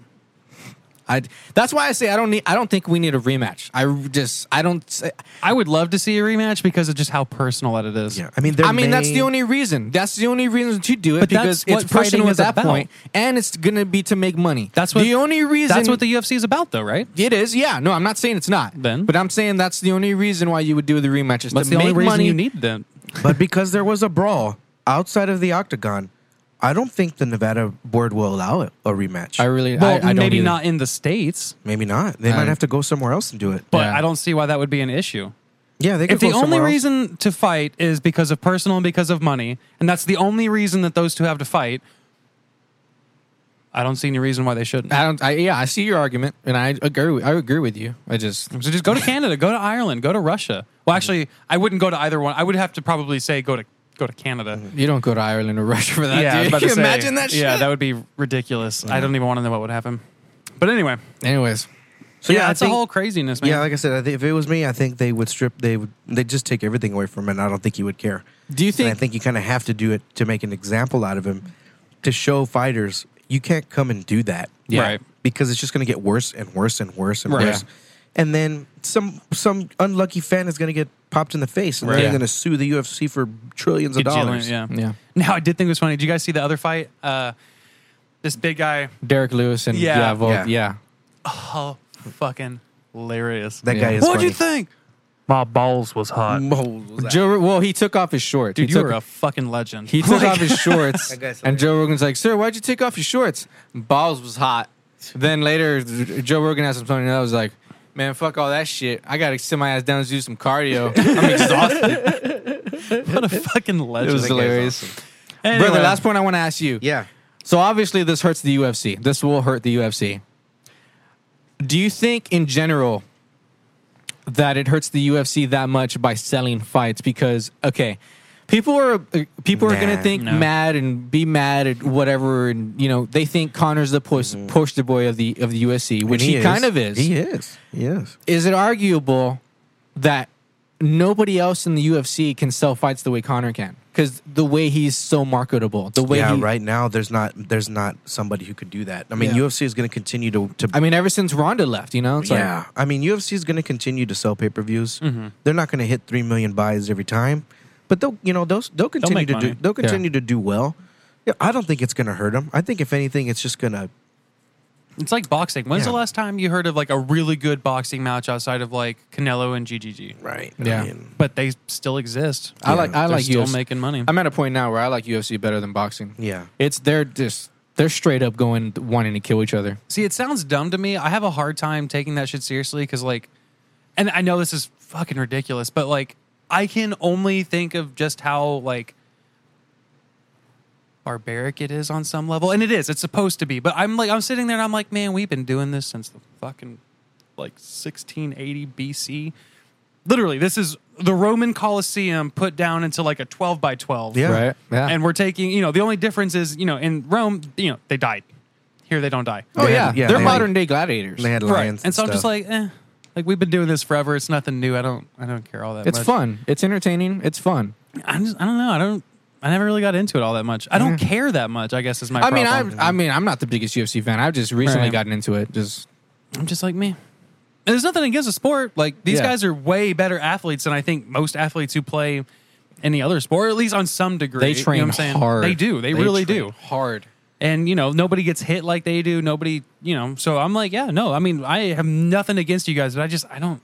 I that's why I say I don't need. I don't think we need a rematch. I just I don't. Say, I would love to see a rematch because of just how personal that it is. Yeah. I mean, there I mean, that's may- the only reason. That's the only reason to do it But because that's it's what fighting personal at is that about. point, and it's gonna be to make money. That's what the only reason. That's what the UFC is about, though, right? It is, yeah. No, I'm not saying it's not. Then? but I'm saying that's the only reason why you would do the rematch is That's to the make only reason money. you need them. But because there was a brawl outside of the octagon, I don't think the Nevada board will allow it, a rematch. I really, Well, I, I don't maybe either. not in the states, Maybe not. They I- might have to go somewhere else and do it. but Yeah. I don't see why that would be an issue. yeah, they could If the go only somewhere else. reason to fight is because of personal and because of money, and that's the only reason that those two have to fight, I don't see any reason why they shouldn't. I don't. I, yeah, I see your argument, and I agree. with- I agree with you. I just So just go to Canada, go to Ireland, go to Russia. Well, actually, I wouldn't go to either one. I would have to probably say go to go to Canada. you don't go to Ireland or Russia for that. yeah, I was dude. about Can to you say, imagine that shit? Yeah, that would be ridiculous. I don't even want to know what would happen. But anyway, Anyways, So yeah, I that's think- a whole craziness, man. Yeah, like I said, I think if it was me, I think they would strip. They would. They would just take everything away from him. And I don't think he would care. Do you And I think- think you kind of have to do it to make an example out of him, to show fighters you can't come and do that. Yeah. Right. Because it's just going to get worse and worse and worse and Right. worse. And then some some unlucky fan is going to get popped in the face, and Right. they're Yeah. going to sue the UFC for trillions of Good dealing, dollars. Yeah. Yeah. Now I did think it was funny. Did you guys see the other fight? Uh, this big guy. Derek Lewis and Yeah. yeah, Vol- Yeah. yeah. Oh, fucking hilarious. That guy is. What'd you funny. Oh, think? My balls was hot. Mo- Joe, well, he took off his shorts. Dude, he you took, were a fucking legend. he took off his shorts, That guy's and Joe Rogan's like, "Sir, why'd you take off your shorts?" Balls was hot. Then later, Joe Rogan asked him something, and I was like, "Man, fuck all that shit. I gotta sit my ass down and do some cardio." I'm exhausted. what a fucking legend. was That guy's hilarious. awesome. Anyway, Brother, last point I want to ask you. Yeah. So obviously, this hurts the UFC. This will hurt the UFC. Do you think, in general, that it hurts the UFC that much by selling fights? Because okay, people are uh, people are Nah. gonna think No. mad and be mad at whatever, and you know they think Connor's the post, poster boy of the of the UFC, which Mm-hmm. And he, kind of is. He is. He is. Is it arguable that nobody else in the UFC can sell fights the way Connor can? Because the way he's so marketable, the way yeah, he, right now there's not there's not somebody who could do that. I mean, Yeah. UFC is going to continue to to I mean, ever since Ronda left, you know, it's like- yeah. I mean, UFC is going to continue to sell pay per views. Mm-hmm. They're not going to hit three million buys every time, but they'll you know they'll they'll continue make to money. do they'll continue to do well. Yeah, I don't think it's going to hurt them. I think if anything, it's just going to it's like boxing. When's Yeah. the last time you heard of like a really good boxing match outside of like Canelo and GGG? right. Yeah. I mean, But they still exist. I like I They're like still UFC. making money. I'm at a point now where I like UFC better than boxing. Yeah. it's they're just they're straight up going wanting to kill each other. See, it sounds dumb to me. I have a hard time taking that shit seriously because, like, and I know this is fucking ridiculous, but like, I can only think of just how like barbaric it is on some level, and it is. It's supposed to be, but I'm like, I'm sitting there and I'm like, man, we've been doing this since the fucking like 1680 BC. Literally, this is the Roman Colosseum put down into like a 12 by 12. Yeah. Right? Yeah. And we're taking, you know, the only difference is, you know, in Rome, you know, they died. Here they don't die. oh They yeah, had- yeah, they're they had- modern day gladiators. they had lions, And so I'm just stuff. like, eh, like we've been doing this forever. It's nothing new. I don't, I don't care all that. it's much. fun. It's entertaining. It's fun. I'm just, I don't know. I don't. I never really got into it all that much. I don't care that much. I guess is my. I mean, I problem. I mean, I'm not the biggest UFC fan. I've just recently Right. gotten into it. Just I'm just like me. And there's nothing against the sport. Like these Yeah. guys are way better athletes than I think most athletes who play any other sport, or at least on some degree. they You know train what I'm saying? hard. They do. They, really train do. hard. And you know, nobody gets hit like they do. Nobody, you know. So I'm like, yeah, no. I mean, I have nothing against you guys, but I just, I don't.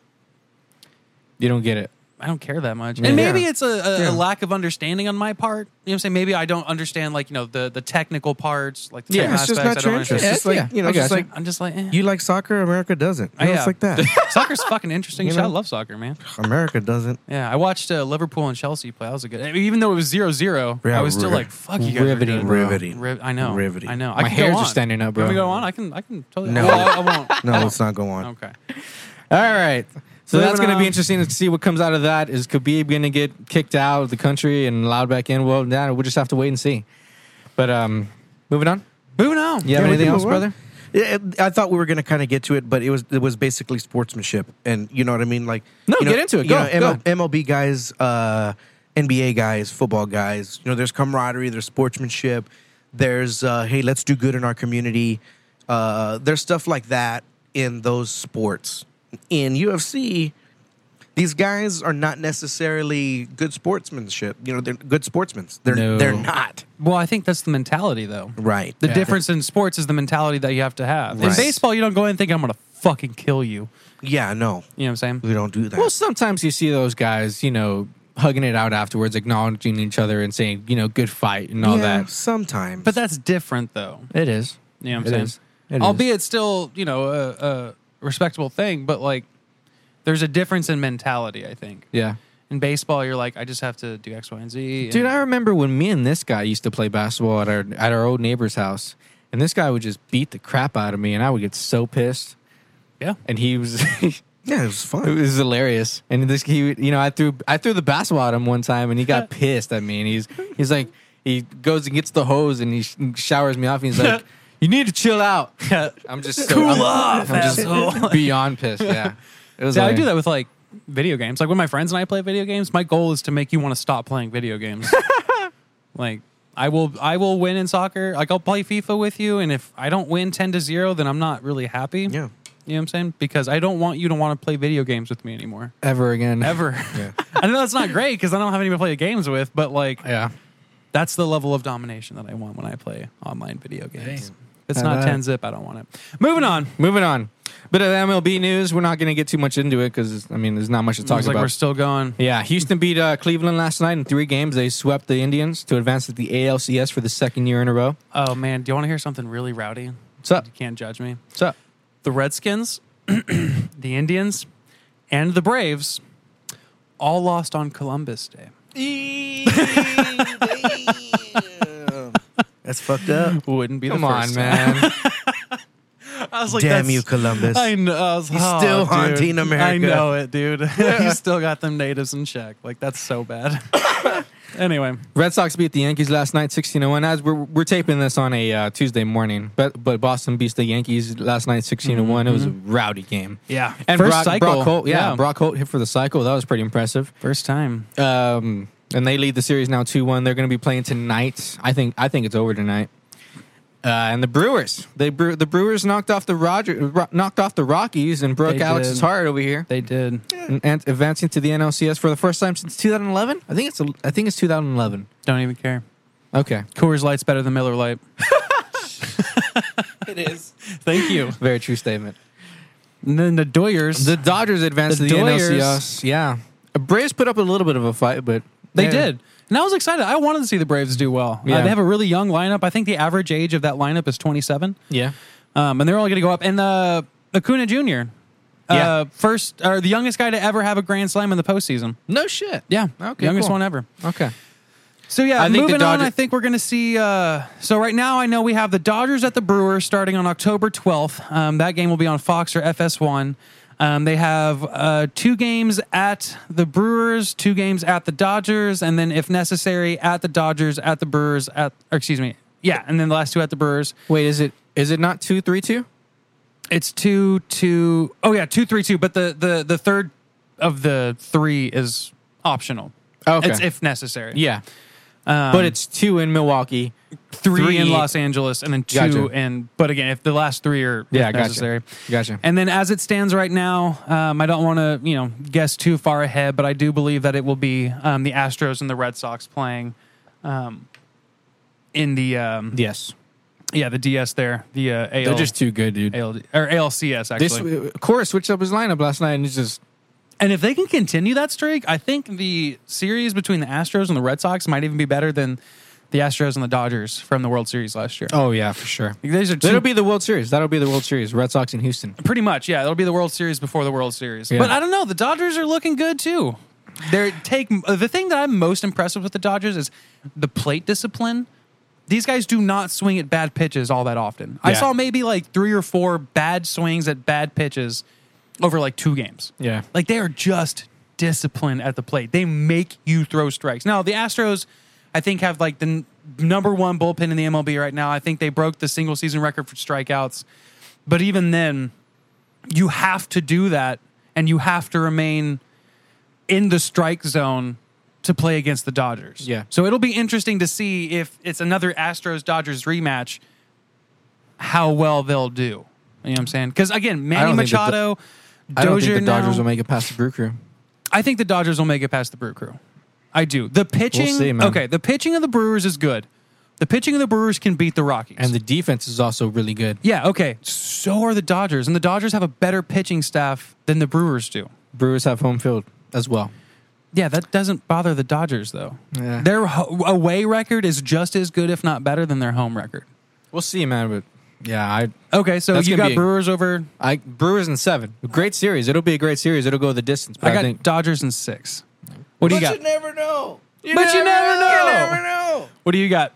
You don't get it. I don't care that much. Yeah. And maybe it's a, a, Yeah. a lack of understanding on my part. You know what I'm saying? Maybe I don't understand like, you know, the the technical parts, like the Yeah, technical it's just aspects. not I your don't interest. understand. It's just like Yeah, you know, I it's just gotcha. like I'm just like, eh. Oh, you like soccer, America doesn't. You know, Yeah. It's like that. soccer's fucking interesting. shit. I love soccer, man. America doesn't. Yeah, I watched uh, Liverpool and Chelsea play. That was a good. I mean, Even though it was 0-0, Yeah, I was still ri- like, "Fuck you guys." riveting, are good. bro. Riveting. Riv- I know. Riveting. I know. I My can go hairs are on. standing up, Can we bro. go on? I can. I can totally. No. No, I, I won't. No, let's not go on. Okay. All right. So that's Moving going to on. be interesting to see what comes out of that. Is Khabib going to get kicked out of the country and allowed back in? Well, now we'll just have to wait and see. But um, moving on. Moving on. You have Yeah, we anything can else, move on. brother? Yeah, I thought we were going to kind of get to it, but it was it was basically sportsmanship, and you know what I mean. Like, No, you know, get into it. you Go, know, go. MLB guys, uh, NBA guys, football guys. You know, there's camaraderie, there's sportsmanship, there's uh, hey, let's do good in our community. Uh, there's stuff like that in those sports. In UFC, these guys are not necessarily good sportsmanship. You know, they're good sportsmen. They're No. they're not Well, I think that's the mentality, though. right. The Yeah. difference in sports is the mentality that you have to have. In Right. baseball, you don't go in and think I'm gonna fucking kill you. yeah, no, You know what I'm saying? we don't do that. Well, sometimes you see those guys, you know, hugging it out afterwards, acknowledging each other and saying, you know, good fight and all yeah, that. sometimes, But that's different, though. It is. You know what I'm It saying? is. It is. Albeit still, you know, a, a respectable thing, but like, there's a difference in mentality. I think. Yeah. In baseball, you're like, I just have to do X, Y, and Z. Dude, and- I remember when me and this guy used to play basketball at our at our old neighbor's house, and this guy would just beat the crap out of me, and I would get so pissed. yeah. And he was yeah, it was fun. It was hilarious. And this he you know, I threw I threw the basketball at him one time and he got pissed at me and he's he's like he goes and gets the hose and he sh- showers me off and he's like you need to chill out. I'm just so, Cool I'm, off, I'm asshole. just beyond pissed, yeah. It was Yeah, I hilarious. do that with like video games. Like when my friends and I play video games, my goal is to make you want to stop playing video games. like I will, I will win in soccer. Like I'll play FIFA with you, and if I don't win ten to zero, then I'm not really happy. Yeah. you know what I'm saying? Because I don't want you to want to play video games with me anymore, ever again. ever. I know that's not great because I don't have anyone to play games with, but like Yeah. that's the level of domination that I want when I play online video games. If It's I not know. ten zip. I don't want it. Moving on. Moving on. But of MLB news, we're not going to get too much into it cuz I mean, there's not much to talk Looks like about. we're still going. yeah, Houston beat uh, Cleveland last night in three games. They swept the Indians to advance to the ALCS for the second year in a row. Oh man, do you want to hear something really rowdy? What's up? You can't judge me. What's up? the Redskins, the Indians, and the Braves all lost on Columbus Day. That's fucked up. Wouldn't be Come the on, first. man. I was like, Damn that's- you, Columbus. I know. I was, He's oh, still dude. haunting I America. know it, dude. you still got them natives in check. Like that's so bad. anyway, Red Sox beat the Yankees last night, 16-1. As we're, we're taping this on a uh, Tuesday morning, but but Boston beats the Yankees last night, 16-1. It was a rowdy game. yeah. And Mm-hmm, first Brock, cycle. Brock Holt, yeah, Brock Holt hit for the cycle. That was pretty impressive. First time. Um, and they lead the series now 2-1. They're going to be playing tonight. I think I think it's over tonight. Uh, and the Brewers, they brew, the Brewers knocked off the Roger, ro- knocked off the Rockies and broke They Alex's did. heart over here, They did. and, and advancing to the NLCS for the first time since 2011. I think it's a- I think it's 2011. Don't even care. Okay, Coors Light's better than Miller Light. it is. Thank you. very true statement. And then the Doyers. The Dodgers advanced The to the Doyers. NLCS. Yeah, The Braves put up a little bit of a fight, but They Yeah. did. And I was excited. I wanted to see the Braves do well. Uh, Yeah. they have a really young lineup. I think the average age of that lineup is 27. Yeah, Um, and they're all going to go up. And uh, Acuna Jr., uh, Yeah. first or the youngest guy to ever have a grand slam in the postseason. no shit. Yeah. Okay, Youngest cool. one ever. Okay. So yeah, I think the moving on. Dodger- I think we're going to see. Uh, so right now, I know we have the Dodgers at the Brewers starting on October twelfth. Um, that game will be on Fox or FS1. Um, they have uh, two games at the Brewers, two games at the Dodgers, and then if necessary, at the Dodgers, at the Brewers, at or excuse me, yeah, and then the last two at the Brewers. Wait, is it is it not two three two? It's two two. Oh yeah, two three two. But the the the third of the three is optional. Oh, Okay. Um, it's if necessary. Yeah, but it's two in Milwaukee. three, Three- in Los Angeles and then two Gotcha. and but again if the last three are Yeah, if gotcha. necessary. Gotcha. And then as it stands right now, um, I don't want to you know guess too far ahead, but I do believe that it will be um, the Astros and the Red Sox playing um, in the um, Yes, yeah the DS there the uh, AL, they're just too good, dude. ALD or ALCS actually. uh, This Cora switched up his lineup last night, and it's just And if they can continue that streak, I think the series between the Astros and the Red Sox might even be better than the Astros and the Dodgers from the World Series last year. Oh yeah, for sure. These are two- That'll be the World Series. That'll be the World Series. Red Sox in Houston. pretty much, yeah. It'll be the World Series before the World Series. Yeah. But I don't know. The Dodgers are looking good too. They're take the thing that I'm most impressed with the Dodgers is the plate discipline. These guys do not swing at bad pitches all that often. I Yeah. saw maybe like three or four bad swings at bad pitches over like two games. Yeah. Like they are just disciplined at the plate. They make you throw strikes. Now, the Astros, I think, have like the n- number one bullpen in the MLB right now. I think they broke the single season record for strikeouts. But even then, you have to do that and you have to remain in the strike zone to play against the Dodgers. Yeah. So it'll be interesting to see if it's another Astros Dodgers rematch, how well they'll do. You know what I'm saying? Because again, Manny don't think that the- Machado, I don't think Dozier the Dodgers now- will make it past the Brew Crew. I think the Dodgers will make it past the Brew Crew. I do. The pitching. see, man. Okay, the pitching of the Brewers is good. The pitching of the Brewers can beat the Rockies. And the defense is also really good. yeah, okay. So are the Dodgers, and the Dodgers have a better pitching staff than the Brewers do. Brewers have home field as well. Yeah, that doesn't bother the Dodgers though. Yeah. Their ho- away record is just as good, if not better, than their home record. We'll see, man. But yeah, I Okay, so That's you gonna got be a- Brewers over. I Brewers in seven. Great series. It'll be a great series. It'll go the distance. But I I, got think Dodgers in six. What do you got? never know. You But you never know. You never know. What do you got?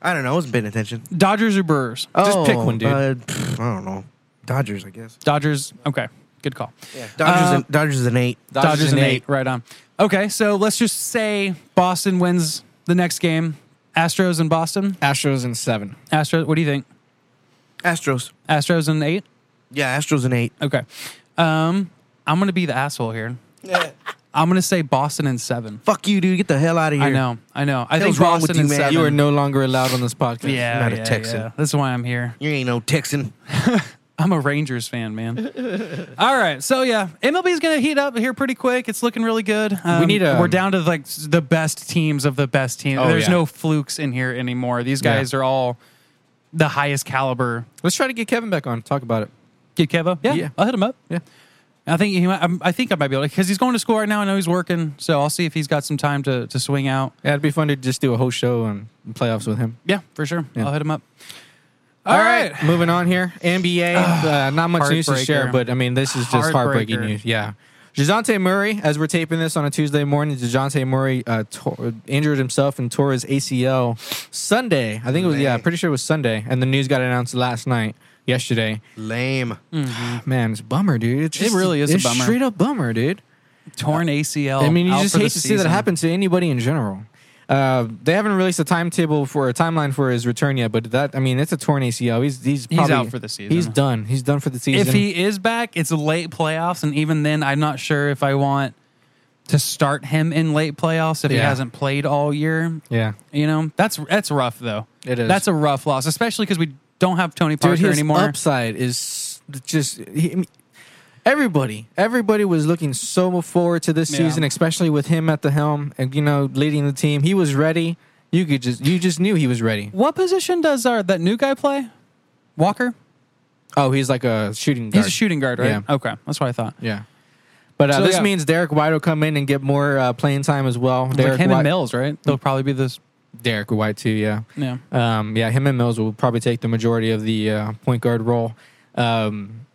I don't know. I wasn't paying attention. Dodgers or Brewers? Just pick one, dude. uh, pff, I don't know. Dodgers, I guess. Dodgers. Okay, good call. Dodgers, Uh, and, Dodgers and eight. Dodgers, and eight. Right on. Okay, so let's just say Boston wins the next game. Astros and Boston. Astros in seven. Astros. What do you think? Astros. Astros and eight. Yeah, Astros and eight. Okay. Um, I'm gonna be the asshole here. I'm gonna say Boston and seven. Fuck you, dude. Get the hell out of here. I know. I know. I think Hell's wrong with Boston you, and man. seven. You are no longer allowed on this podcast. yeah, Not a yeah, Texan. yeah. That's why I'm here. You ain't no Texan. I'm a Rangers fan, man. All right, so yeah, MLB is going to heat up here pretty quick. It's looking really good. Um, need a- We're down to like s- the best teams of the best teams. Oh, There's yeah. no flukes in here anymore. These Yeah. guys are all the highest caliber. Let's try to get Kevin back on. Talk about it. Get Kevo? Yeah, Yeah. I'll hit him up. Yeah. I think he might, I'm- I think I might be able to because he's going to school right now. I know he's working, so I'll see if he's got some time to to swing out. Yeah, it'd be fun to just do a whole show on playoffs with him. Yeah, for sure. Yeah. I'll hit him up. All right. moving on here. NBA, uh, not much news to share, Heartbreaker. but I mean, this is just heartbreaking Heartbreaker. news. Yeah. DeJounte Murray, as we're taping this on a Tuesday morning, DeJounte Murray uh, tore, injured himself and tore his ACL Sunday. I think it was, yeah, Man. pretty sure it was Sunday. And the news got announced last night, yesterday. Lame. Man, it's a bummer, dude. It's It just, really is a it's bummer. straight up bummer, dude. Torn ACL. I mean, you Oh, out just for the hate to see that season. happen to anybody in general. Uh, they haven't released a timetable for a timeline for his return yet, but that I mean, it's a torn ACL. He's he's He's probably, out for the season. He's done. He's done for the season. If he is back, it's late playoffs, and even then, I'm not sure if I want to start him in late playoffs if he Yeah. hasn't played all year. yeah, You know, that's that's rough though. It is. That's a rough loss, especially because we don't have Tony Parker dude, his anymore. upside is just he, I mean, everybody. Everybody was looking so forward to this Yeah. season, especially with him at the helm and you know leading the team. He was ready. You could just you just knew he was ready. What position does our that new guy play? Walker. Oh, he's like a shooting. He's guard. a shooting guard, right? Yeah. Okay, that's what I thought. Yeah. But uh, So, this yeah. means Derek White will come in and get more uh, playing time as well. Derek like him White, and Mills, right? They'll probably be this. Derek White too. Yeah. Yeah. Um, yeah. Him and Mills will probably take the majority of the uh, point guard role. Um,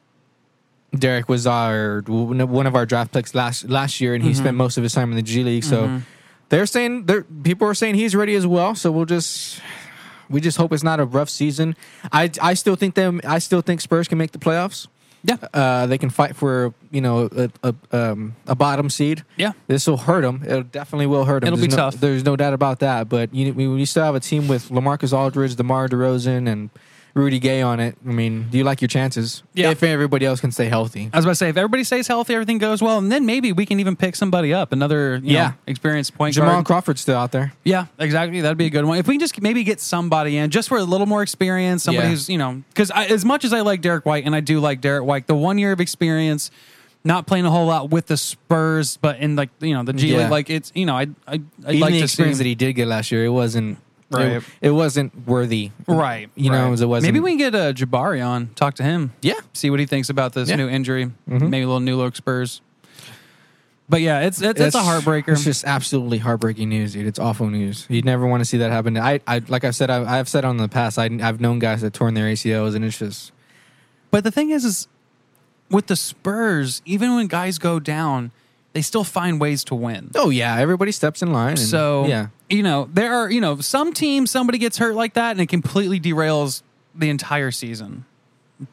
Derek was our one of our draft picks last last year, and he Mm-hmm. spent most of his time in the G League. So they're saying they're, people are saying he's ready as well. So we'll just we just hope it's not a rough season. I I still think them. I still think Spurs can make the playoffs. Yeah. Uh, they can fight for you know a a, um, a bottom seed. Yeah. This will hurt them. It definitely will hurt them. It'll there's be no, tough. There's no doubt about that. But you we, we still have a team with Lamarcus Aldridge, DeMar DeRozan, and Rudy Gay on it. I mean, do you like your chances? Yeah. If everybody else can stay healthy. I was about to say, if everybody stays healthy, everything goes well, and then maybe we can even pick somebody up, another you Yeah. know, experienced point Jamal guard. Crawford's still out there. Yeah, exactly. That'd be a good one. If we can just maybe get somebody in just for a little more experience, somebody Yeah. who's, you know, because as much as I like Derek White, and I do like Derek White, the one year of experience, not playing a whole lot with the Spurs, but in like, you know, the G Yeah. League, like it's, you know, I, I, I'd Even like to the see. experience that he did get last year, it wasn't Right. It, it wasn't worthy. right. You know, right. it wasn't- Maybe we can get uh, Jabari on, talk to him, Yeah. see what he thinks about this Yeah. new injury, maybe a little new look Spurs. Mm-hmm. But yeah, it's it's, it's a heartbreaker. It's just absolutely heartbreaking news, dude. It's awful news. You never want to see that happen. I, I like I've said, I've, I've said on the past, I, I've known guys that torn their ACLs, and it's just But the thing is, is with the Spurs, even when guys go down, they still find ways to win. oh yeah, everybody steps in line. and- So yeah, you know there are you know some teams somebody gets hurt like that and it completely derails the entire season.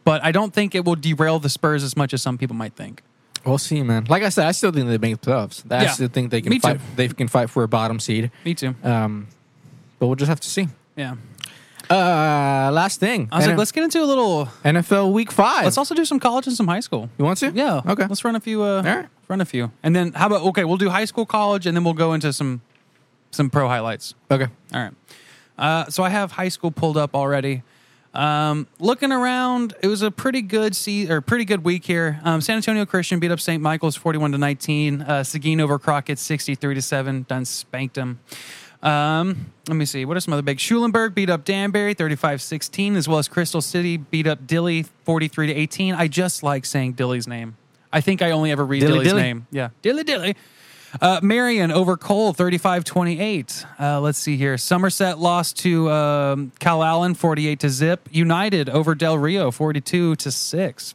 But I don't think it will derail the Spurs as much as some people might think. we'll see, man. Like I said, I still think they make the playoffs. I Yeah. still think they can Me too. fight. They can fight for a bottom seed. Me too. Um, but we'll just have to see. Yeah. Uh, last thing. I was N- like, let's get into a little. NFL Week Five. Let's also do some college and some high school. you want to? Yeah. Okay. Let's run a few. Uh, right. Run a few, and then how about okay? We'll do high school, college, and then we'll go into some some pro highlights. okay. All right. Uh, so I have high school pulled up already. Um, looking around, it was a pretty good see or pretty good week here. Um, San Antonio Christian beat up St. Michael's forty-one to nineteen. Uh, Seguin over Crockett sixty-three to seven. Done spanked them. Um, let me see. What are some other big? Schulenberg beat up Danbury 35-16, as well as Crystal City beat up Dilly 43 to 18. I just like saying Dilly's name. I think I only ever read Dilly, Dilly's Dilly. name. Yeah. Dilly Dilly. Uh, Marion over Cole, 35 28. Uh, let's see here. Somerset lost to um, Cal Allen, 48 to zip. United over Del Rio, 42 to 6.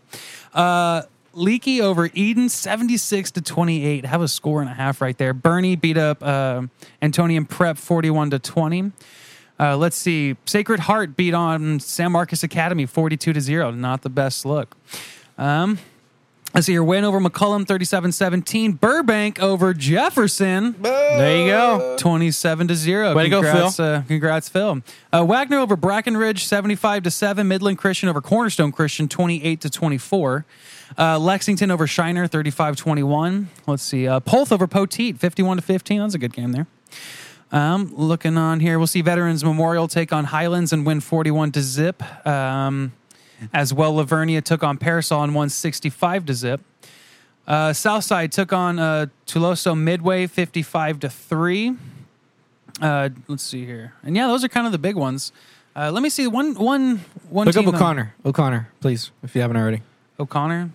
Uh, Leaky over Eden, 76 to 28. Have a score and a half right there. Bernie beat up uh, Antonian Prep, 41 to 20. Uh, let's see. Sacred Heart beat on San Marcos Academy, 42 to 0. Not the best look. Um, Let's see your win over McCullum 37 17. Burbank over Jefferson There you go. 27 to 0. Way to go, congrats, Phil. Uh, congrats, Phil. Uh, Wagner over Brackenridge 75 to 7. Midland Christian over Cornerstone Christian 28 to 24. Uh, Lexington over Shiner 35 21. Let's see. Uh, Polth over Poteet 51 to 15. That's a good game there. Um, looking on here, we'll see Veterans Memorial take on Highlands and win 41 to zip. Um, as well, Lavernia took on Parasol and won 65 to zip. Uh, Southside took on uh, Tuloso Midway 55 to 3. Uh, let's see here. And yeah, those are kind of the big ones. Uh, let me see one one one Look up team that- O'Connor. O'Connor, please, if you haven't already. O'Connor.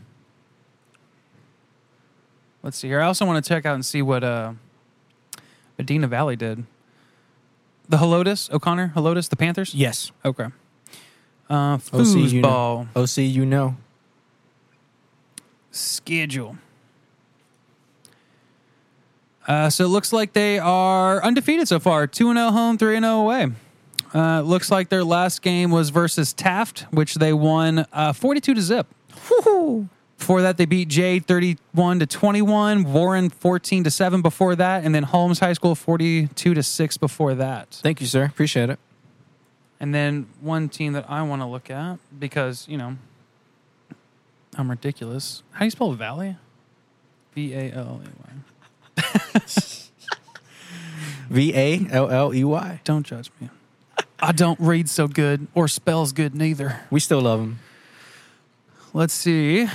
Let's see here. I also want to check out and see what uh, Medina Valley did. The Helotus, O'Connor, Helotus, the Panthers? Yes. Okay. Uh, OC, you foosball know. OC, you know. schedule. Uh, so it looks like they are undefeated so far 2 0 home, 3 0 away. Uh, looks like their last game was versus Taft, which they won uh, 42 to zip. Before that, they beat Jade 31 to 21, Warren 14 to 7 before that, and then Holmes High School 42 to 6 before that. Thank you, sir. Appreciate it. And then one team that I want to look at because, you know, I'm ridiculous. How do you spell Valley? V A L E Y. V A L L E Y. Don't judge me. I don't read so good or spells good neither. We still love him. Let's see.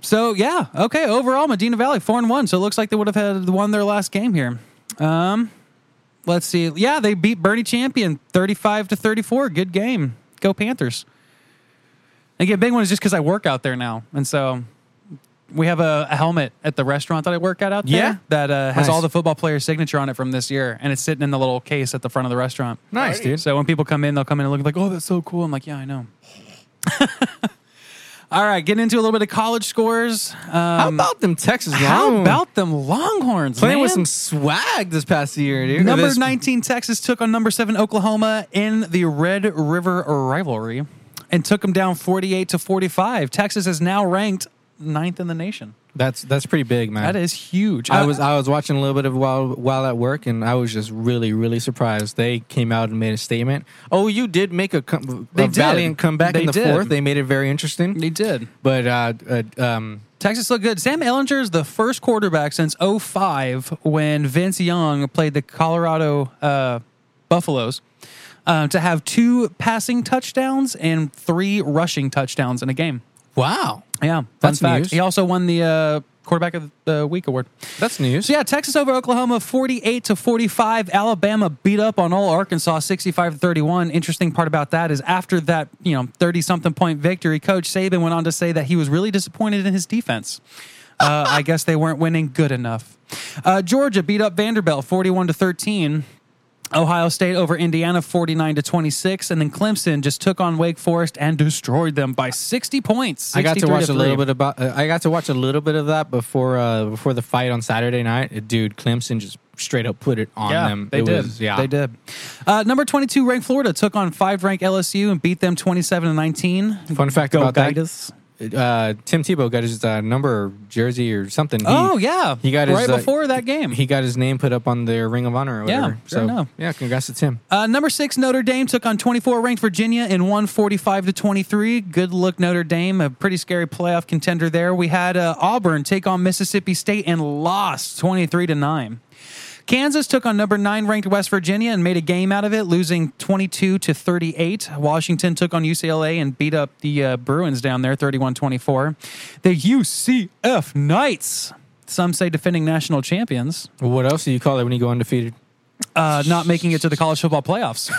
So yeah, okay. Overall, Medina Valley four and one. So it looks like they would have had won their last game here. Um, let's see. Yeah, they beat Bernie Champion thirty-five to thirty-four. Good game. Go Panthers. Again, big one is just because I work out there now, and so we have a, a helmet at the restaurant that I work at out there Yeah? that uh, has Nice. all the football players' signature on it from this year, and it's sitting in the little case at the front of the restaurant. Nice, dude. So when people come in, they'll come in and look like, oh, that's so cool. I'm like, yeah, I know. All right, getting into a little bit of college scores. How Um, about them Texas how Longhorns? about them Longhorns? playing with man? some swag this past year, dude? number This- 19 Texas took on number 7 Oklahoma in the Red River rivalry and took them down 48 to 45. Texas is now ranked ninth in the nation. That's that's pretty big, man. That is uh, huge. I was I was watching a little bit of while while at work, and I was just really really surprised they came out and made a statement. Oh, you did make a, com- They a did. valiant comeback They in the did. fourth. They made it very interesting, they did. but uh, uh, um, Texas looked good. Sam Ellinger is the first quarterback since 05 when Vince Young played the Colorado uh, Buffaloes um, to have two passing touchdowns and three rushing touchdowns in a game. wow, Yeah, fun That's fact. news. He also won the uh, quarterback of the week award. that's news. So yeah, Texas over Oklahoma, forty-eight to forty-five. Alabama beat up on all Arkansas, sixty-five to thirty-one. Interesting part about that is after that, you know, thirty-something point victory, Coach Saban went on to say that he was really disappointed in his defense. Uh, I guess they weren't winning good enough. Uh, Georgia beat up Vanderbilt 41 to 13. Ohio State over Indiana 49 to 26 and then Clemson just took on Wake Forest and destroyed them by 60 points. I got to 63 watch a three. little bit about. Uh, I got to watch a little bit of that before uh, before the fight on Saturday night. Uh, Dude, Clemson just straight up put it on Yeah, them. they It did. was- yeah, They did. Uh, number 22 ranked Florida took on 5 ranked LSU and beat them 27 to 19. Fun fact Go about that: Gators. uh, Tim Tebow got his uh, number, jersey, or something. He- oh yeah. he got his, right uh, before that game. he got his name put up on their Ring of Honor or Yeah, whatever. sure enough. yeah, congrats to Tim. Uh, number six, Notre Dame took on 24 ranked Virginia in 145 to 23. Good look, Notre Dame. A pretty scary playoff contender there. We had uh, Auburn take on Mississippi State and lost 23 to 9. Kansas took on number nine ranked West Virginia and made a game out of it, losing 22 to 38. Washington took on UCLA and beat up the uh, Bruins down there 31 24. The UCF Knights, some say defending national champions, What else do you call it when you go undefeated? uh, not making it to the college football playoffs.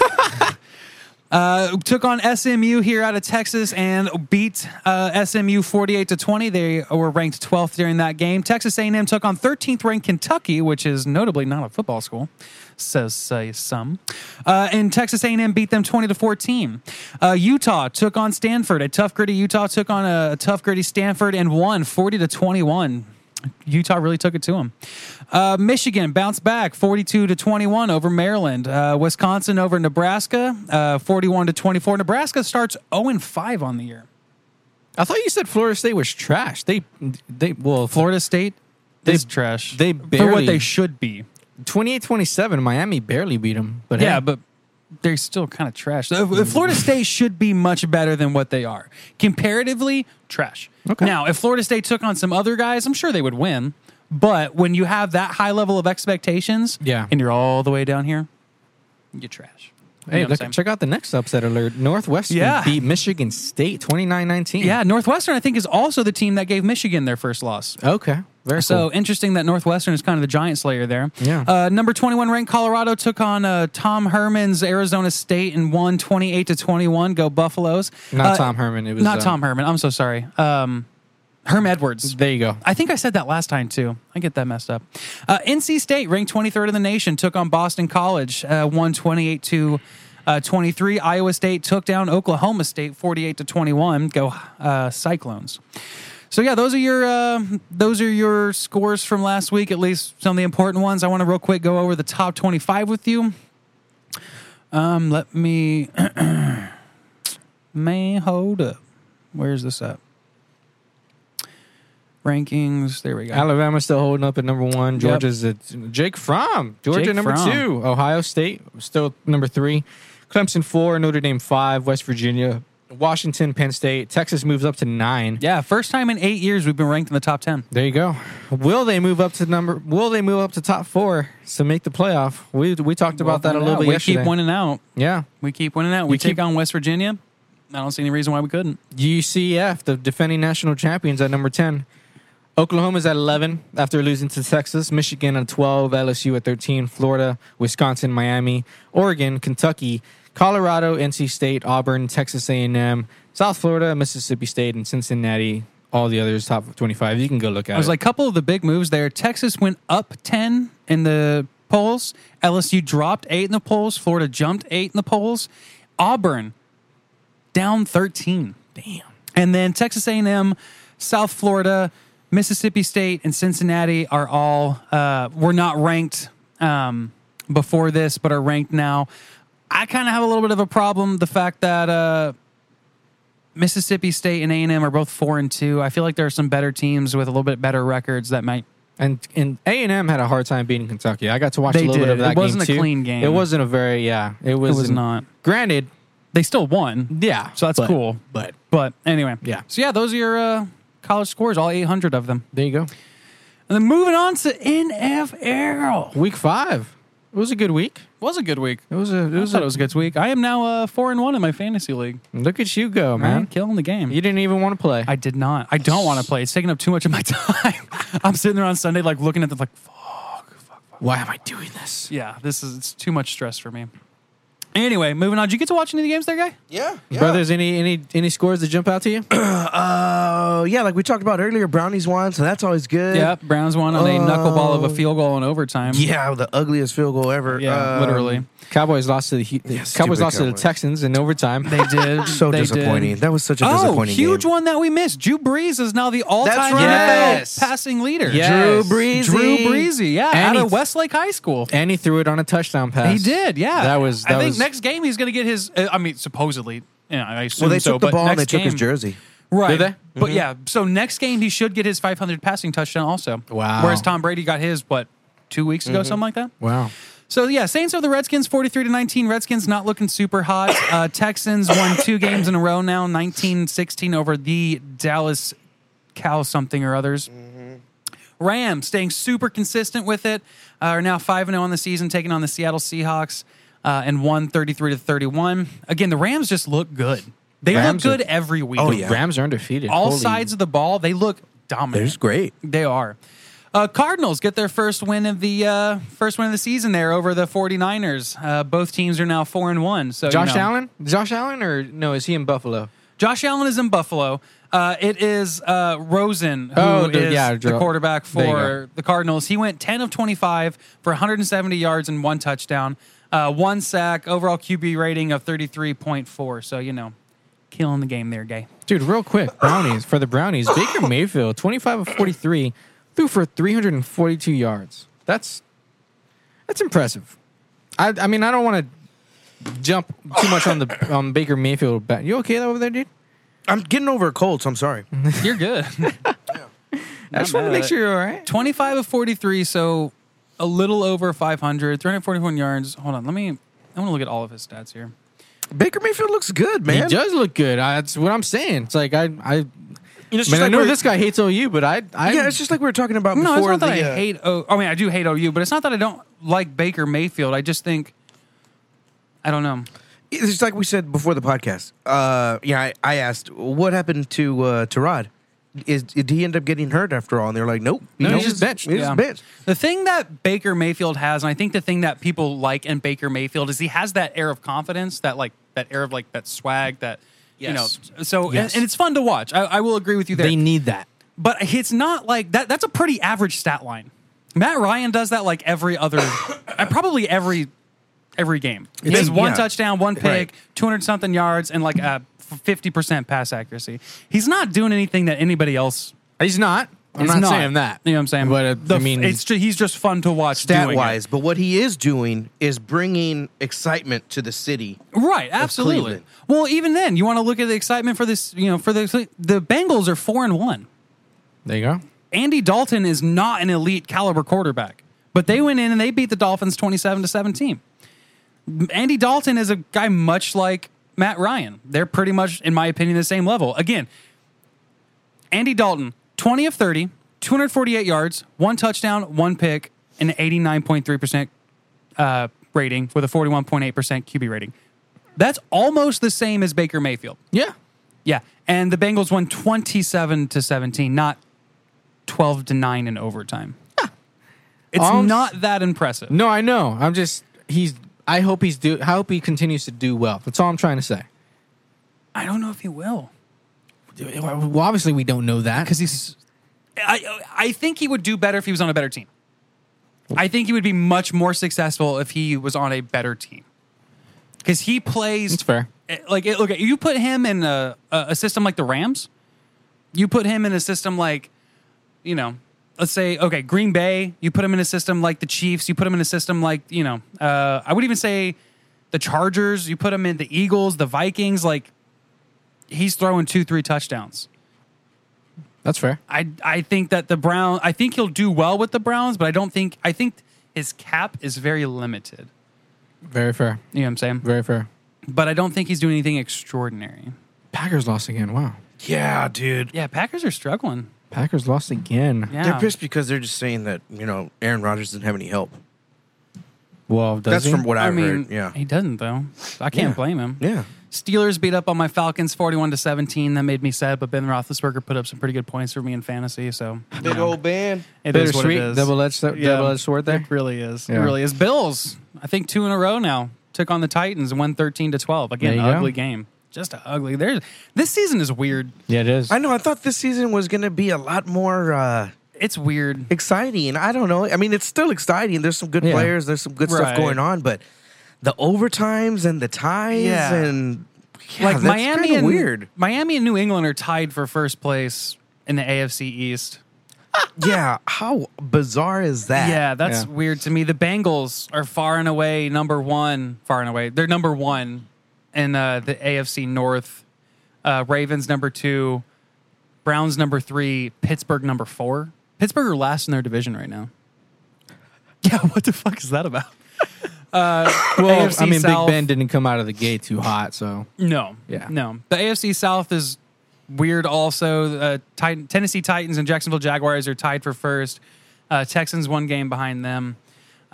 Uh, took on SMU here out of Texas and beat uh, SMU 48 to 20. They were ranked 12th during that game. Texas A&M took on 13th ranked Kentucky, which is notably not a football school, says say some. Uh, and Texas A&M beat them 20 to 14. Uh, Utah took on Stanford. A tough gritty Utah took on a tough gritty Stanford and won 40 to 21. Utah really took it to them. Uh, Michigan bounced back 42 to 21 over Maryland. Uh, Wisconsin over Nebraska, uh, 41 to 24. Nebraska starts 0 and 5 on the year. I thought you said Florida State was trash. They they well Florida State They- is trash. they for what barely- they should be. 28-27, Miami barely beat them. But Yeah, hey, but they're still kind of trash. Uh, Florida State should be much better than what they are. Comparatively, trash. Okay. Now, if Florida State took on some other guys, I'm sure they would win. But when you have that high level of expectations, Yeah. and you're all the way down here, you're trash. You hey know what I'm look, saying? check out the next upset alert. Northwestern Yeah. beat Michigan State 29-19. yeah, Northwestern I think is also the team that gave Michigan their first loss. Okay. Very So cool. interesting that Northwestern is kind of the giant slayer there. Yeah. Uh, number 21 ranked Colorado took on uh, Tom Herman's Arizona State and won 28 to 21. Go Buffaloes. Not Uh, Tom Herman. It was Not uh, Tom Herman. I'm so sorry. Um, Herm Edwards. There you go. I think I said that last time too. I get that messed up. Uh, NC State, ranked 23rd in the nation, took on Boston College, uh, 128 to uh, 23. Iowa State took down Oklahoma State, 48 to 21. Go uh, Cyclones. So yeah, those are your uh, those are your scores from last week. At least some of the important ones. I want to real quick go over the top 25 with you. Um, let me. Man, hold up. Where's this at? Rankings. There we go. Alabama's still holding up at number one. Georgia's at Jake Fromm. Georgia Jake number Fromm. two. Ohio State still number three. Clemson four. Notre Dame five. West Virginia, Washington, Penn State, Texas moves up to nine. Yeah, first time in eight years we've been ranked in the top ten. There you go. Will they move up to number? Will they move up to top four to make the playoff? We we talked about that a little bit We yesterday. keep winning out. yeah, We keep winning out. We keep- take on West Virginia. I don't see any reason why we couldn't. UCF, the defending national champions, at number 10. Oklahoma's at 11 after losing to Texas. Michigan at 12. LSU at 13. Florida, Wisconsin, Miami, Oregon, Kentucky, Colorado, NC State, Auburn, Texas A&M, South Florida, Mississippi State, and Cincinnati. All the others top 25. You can go look at I was it. like, couple of the big moves there. Texas went up ten in the polls. LSU dropped eight in the polls. Florida jumped eight in the polls. Auburn down thirteen. Damn. And then Texas A&M, South Florida, Mississippi State, and Cincinnati are all uh, were not ranked um, before this, but are ranked now. I kind of have a little bit of a problem the fact that. Uh, Mississippi State and A and M are both four and two. I feel like there are some better teams with a little bit better records that might. and and A&M had a hard time beating Kentucky. I got to watch They a little did. bit of that It wasn't game a too. clean game. It wasn't a very yeah. It was not. Granted, They still won, yeah. so that's but- cool. But But anyway, Yeah. So yeah, those are your uh, college scores, all eight hundred of them. there you go. And then moving on to NFL. Week five. It was a good week. Was a good week. It was a. It I was thought a. it was a good week. I am now uh, four and one in my fantasy league. Look at you go, Man, man. killing the game. You didn't even want to play. I did not. I don't want to play. It's taking up too much of my time. I'm sitting there on Sunday, like looking at the like. Why am I doing this? Yeah, this is it's too much stress for me. Anyway, moving on. Did you get to watch any of the games there, guy? Yeah, Brothers, any any any scores that jump out to you? Uh, yeah, like we talked about earlier, Brownies won, so that's always good. Yep. Browns won on a knuckleball Oh. of a field goal in overtime. Yeah, the ugliest field goal ever. Yeah, Um, literally. Cowboys lost to the Heat- Yeah, stupid Cowboys lost to the Cowboys. Texans in overtime. They did. So They did. disappointing. That was such a Oh, disappointing huge game. one that we missed. Drew Brees is now the all-time right. NFL Yes. passing leader. Yes. Drew Brees. Drew Breezy, yeah, And out he- of Westlake High School. and he threw it on a touchdown pass. He did, yeah. That was. That I think was, next game he's going to get his. Uh, I mean, supposedly. Yeah, I assume Well, they so, took the but ball and they next took his game- jersey. Mm-hmm. Right. Did they? But yeah, so next game he should get his 500 passing touchdown also. Wow. Whereas Tom Brady got his what two weeks Mm-hmm. ago, something like that. Wow. So yeah, Saints over the Redskins, 43 to 19. Redskins not looking super hot. Uh, Texans won two games in a row now, 19-16 over the Dallas Cow something or others. Mm-hmm. Rams staying super consistent with it uh, are now 5 0 on the season, taking on the Seattle Seahawks uh, and won 33 to 31. Again, the Rams just look good. They Rams look good are- every week. Oh, yeah. Rams are undefeated. All Holy- sides of the ball, they look They're dominant. just great. They are. Uh, Cardinals get their first win of the uh, first win of the season there over the 49ers. Uh, both teams are now four and one. So you Josh know. Allen? Josh Allen or no? Is he in Buffalo? Josh Allen is in Buffalo. Uh, it is uh, Rosen who is Oh, the- yeah, the Dro- quarterback there you for the Cardinals. He went 10 of 25 for 170 yards and one touchdown, uh, one sack, overall QB rating of 33.4. So, you know, killing the game there, gay. Dude, real quick, brownies for the brownies. Baker Mayfield, twenty-five of forty-three, threw for three hundred and forty-two yards. That's that's impressive. I, I mean, I don't want to jump too much on the on Baker Mayfield. Bat. You okay over there, dude? I'm getting over a cold, so I'm sorry. You're good. I just want to mad make at sure you're all right. 25 of 43, so a little over 500, 341 yards. Hold on, let me. I want to look at all of his stats here. Baker Mayfield looks good, He man. does look good. I, that's what I'm saying. It's like I I. You know, it's just Man, I like know we're- this guy hates OU, but I, I Yeah, it's just like we were talking about No, it's before. not that the, I uh, hate. O- I mean, I do hate OU, but it's not that I don't like Baker Mayfield. I just think I don't know. It's just like we said before the podcast. Uh, yeah, I, I asked what happened to uh, to Rod. Is did he end up getting hurt after all? And they're like, nope. No, You he know, just benched. He just Yeah. benched. The thing that Baker Mayfield has, and I think the thing that people like in Baker Mayfield is he has that air of confidence, that like that air of like that swag, that Yes. you know. So Yes. and, and it's fun to watch. I, I will agree with you there. they need that. but it's not like that. That's a pretty average stat line. Matt Ryan does that like every other, uh, probably every every game. He has yeah. one touchdown, one pick, Right. two hundred something yards, and like a fifty percent pass accuracy. He's not doing anything that anybody else. He's not. I'm is not, saying that. You know what I'm saying? But uh, The I f- mean, it's ju- he's just fun to watch. Stat doing it. wise, but what he is doing is bringing excitement to the city. Right, absolutely. Cleveland. Well, even then, you want to look at the excitement for this. You know, for the the Bengals are four and one. there you go. Andy Dalton is not an elite caliber quarterback, but they went in and they beat the Dolphins 27 to 17. Andy Dalton is a guy much like Matt Ryan. They're pretty much, in my opinion, the same level. Again, Andy Dalton, 20 of 30, 248 yards, one touchdown, one pick, and an 89.3% uh, rating with a 41.8% QB rating. That's almost the same as Baker Mayfield. Yeah. Yeah, and the Bengals won twenty-seven to seventeen, not twelve to nine in overtime. It's Um, not that impressive. No, I know. I'm just he's. I hope he's do. I hope he continues to do well. That's all I'm trying to say. I don't know if he will Well, obviously we don't know that because he's. I I think he would do better if he was on a better team. I think he would be much more successful if he was on a better team. Because he plays it's fair. it- Eh, like it, look you put him in a, a a system like the Rams, you put him in a system like, you know, let's say okay Green Bay, you put him in a system like the Chiefs, you put him in a system like you know, uh, I would even say the Chargers, you put him in the Eagles, the Vikings, like he's throwing two three touchdowns. That's fair. I I think that the Brown I think he'll do well with the Browns, but I don't think I think his cap is very limited. Very fair. You know what I'm saying? Very fair. But I don't think he's doing anything extraordinary. Packers lost again. Wow. Yeah, dude. Yeah, Packers are struggling. Packers lost again. Yeah. They're pissed because they're just saying that you know Aaron Rodgers didn't have any help. Well, does That's he? from what I I've mean, heard. Yeah, he doesn't though. So I can't Yeah. blame him. yeah. Steelers beat up on my Falcons, forty-one to seventeen. That made me sad, but Ben Roethlisberger put up some pretty good points for me in fantasy. So you know, band. it is what it bittersweet is. double edged double edged sword there. It really is. Yeah. It really is. Bills, I think two in a row now. took on the Titans and won 13 to 12. Again, There you go. ugly game. Just a ugly. There's this season is weird. Yeah, it is. I know. I thought this season was going to be a lot more uh, It's weird. exciting. I don't know. I mean, it's still exciting. There's some good Yeah. players. There's some good Right. stuff going on, but the overtimes and the ties Yeah. and yeah, like that's Miami kinda and weird. Miami and New England are tied for first place in the AFC East. yeah, how bizarre is that? Ah! Yeah, that's Yeah. weird to me. The Bengals are far and away number one. Far and away, they're number one in uh, the AFC North. Uh, Ravens number two, Browns number three, Pittsburgh number four. Pittsburgh are last in their division right now. Yeah, what the fuck is that about? well, AFC I mean, South. Big Ben didn't come out of the gate too hot, so No. Yeah. No. The AFC South is weird also. Uh, Titan, Tennessee Titans and Jacksonville Jaguars are tied for first. Uh, Texans one game behind them.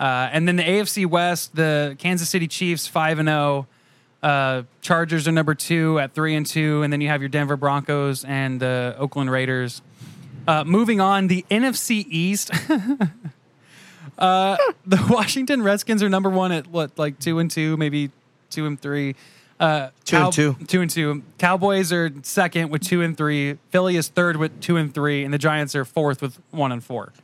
Uh, and then the AFC West, the Kansas City Chiefs 5 and 0. Uh, Chargers are number 2 at 3 and 2 and then you have your Denver Broncos and the Oakland Raiders. Uh, moving on, the NFC East. uh, the Washington Redskins are number one at what, like two and two, maybe two and three. Uh, Two and two. Two and two. Cowboys are second with two and three. Philly is third with two and three, and the Giants are fourth with one and four.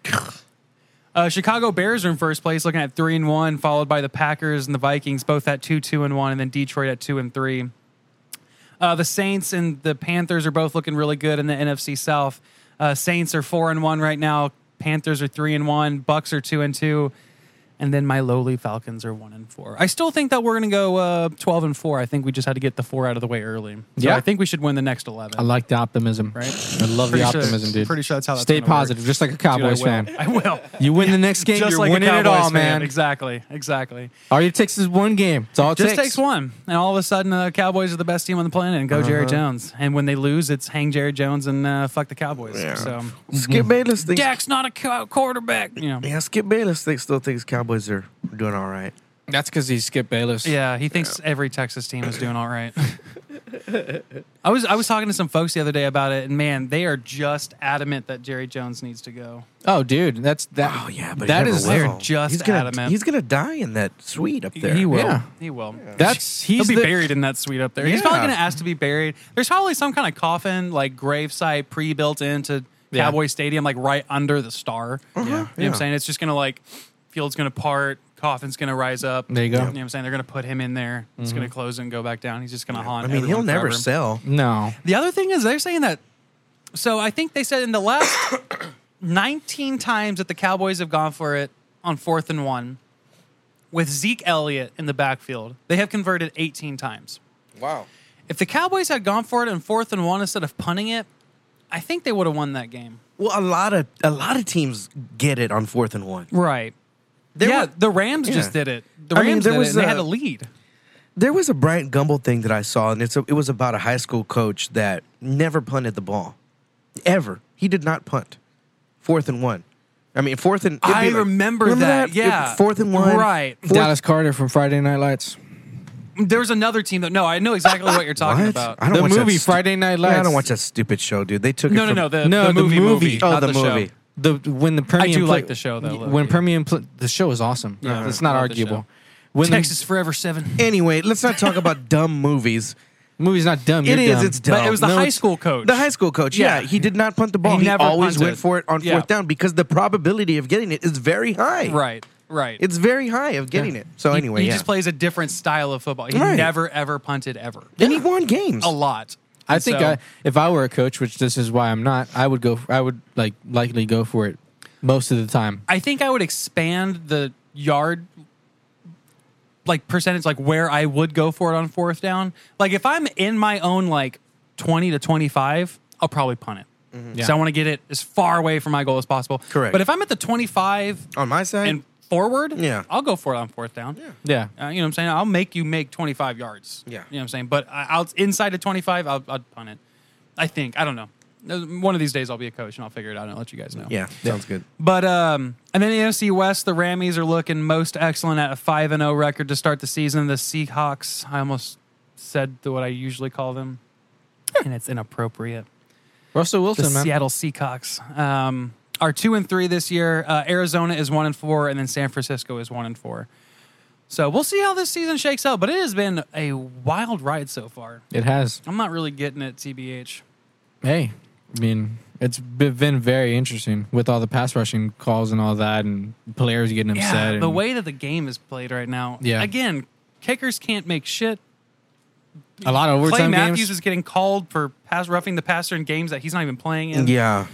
Uh, Chicago Bears are in first place, looking at three and one, followed by the Packers and the Vikings, both at two, two and one, and then Detroit at two and three. Uh, the Saints and the Panthers are both looking really good in the NFC South. Uh, Saints are four and one right now. Panthers are three and one. Bucks are two and two, and then my lowly Falcons are one and four. I still think that we're going to go uh, twelve and four. I think we just had to get the four out of the way early. So Yeah. I think we should win the next eleven. I like the optimism. Right? I love Pretty the sure- optimism, dude. Pretty sure that's how. That's Stay gonna work. positive, just like a Dude, I Cowboys will. fan. I will. You win the next game, Just you're like a winning it Cowboys all, fan. man. Exactly. Exactly. All it takes is one game. It's all it Just takes. takes one, and all of a sudden, the Cowboys are the best team on the planet, and go Jerry Jones. And when they lose, it's hang Jerry Jones and uh, fuck the Cowboys. So mm-hmm. Skip Bayless thinks. Dak's not a co- quarterback. You know. Yeah, Skip Bayless thinks, still thinks Cowboys are doing all right. That's because he skipped Bayless. Yeah, he thinks every Texas team is doing all right. I was I was talking to some folks the other day about it, and man, they are just adamant that Jerry Jones needs to go. Oh, dude, that's that. Oh yeah, but that he never is never will. They're just he's gonna, adamant. He's gonna die in that suite up there. He will. Yeah. He will. That's he's He'll be the- buried in that suite up there. He's Yeah. probably going to ask to be buried. There's probably some kind of coffin, like gravesite pre built into Yeah. Cowboy Stadium, like right under the star. Yeah. You know what I'm Uh-huh. Yeah. saying? It's just going to like, field's going to part, coffin's going to rise up. There you go. You Mm-hmm. know what I'm saying? They're going to put him in there. It's going to close and go back down. He's just going to haunt I mean, he'll everyone never forever. sell. No, The other thing is they're saying that. So I think they said in the last 19 times that the Cowboys have gone for it on fourth and one with Zeke Elliott in the backfield, they have converted 18 times. Wow. If the Cowboys had gone for it on fourth and one instead of punting it, I think they would have won that game. Well, a lot of a lot of teams get it on fourth and one. Right. yeah, were- the Rams yeah. just did it. The I mean, Rams there did was it. And they a- had a lead. There was a Bryant Gumble thing that I saw, and it's a, it was about a high school coach that never punted the ball, ever. He did not punt. Fourth and one. I mean, fourth and it'd I be like- remember, that. Yeah, fourth and one. Right. Fourth- Dallas Carter from Friday Night Lights. There was another team that. No, I know exactly what you're talking What? about. I don't The watch that movie stu- Friday Night Yeah, Lights. I don't watch that stupid show, dude. They took No, it no, from, no. The, the movie movie. Oh, not the show. movie. The when the Permian. I do like the show, though, low When key. Permian, pl- the show is awesome. Yeah. it's not I love the arguable. show. When Texas Forever Seven. Anyway, let's not talk about dumb movies. the movie's not dumb. It you're is. dumb. It's dumb. But it was the No, high it's- school coach. The high school coach. Yeah, Yeah. he did not punt the ball. He He, never always punted. went for it on Yeah. fourth down because the probability of getting it is very high. Right. Right. It's very high of getting it. So He- anyway, he, yeah. just plays a different style of football. He Right. never ever punted ever. and he won games. A lot. I And think so- I, if I were a coach, which this is why I'm not, I would go. I would like likely go for it most of the time. I think I would expand the yard like percentage, like where I would go for it on fourth down. Like if I'm in my own like twenty to twenty five, I'll probably punt it. Yeah. So I want to get it as far away from my goal as possible. Mm-hmm. Correct. But if I'm at the twenty five On my side, and forward, Yeah. I'll go for it on fourth down. Yeah. Uh, you know what I'm saying? I'll make you make 25 yards. You Yeah. know what I'm saying? But I, I'll inside of 25, I'll, I'll punt it. I think. I don't know. Uh, One of these days I'll be a coach and I'll figure it out and I'll let you guys know. yeah, sounds good. But um, and then the NFC West, the Rammies are looking most excellent at a five and zero record to start the season. The Seahawks, I almost said the- what I usually call them, and it's inappropriate. Russell The Wilson, man. Seattle Seahawks um, are two and three this year. Uh, Arizona is one and four, and then San Francisco is one and four. So we'll see how this season shakes out, but it has been a wild ride so far. It has. I'm not really getting it, TBH. Hey, I mean, it's be- been very interesting with all the pass rushing calls and all that, and players getting upset. Yeah, the and- way that the game is played right now. Yeah. Again, kickers can't make shit. a lot of Clay overtime Matthews games. is getting called for pass roughing the passer in games that he's not even playing in. Yeah.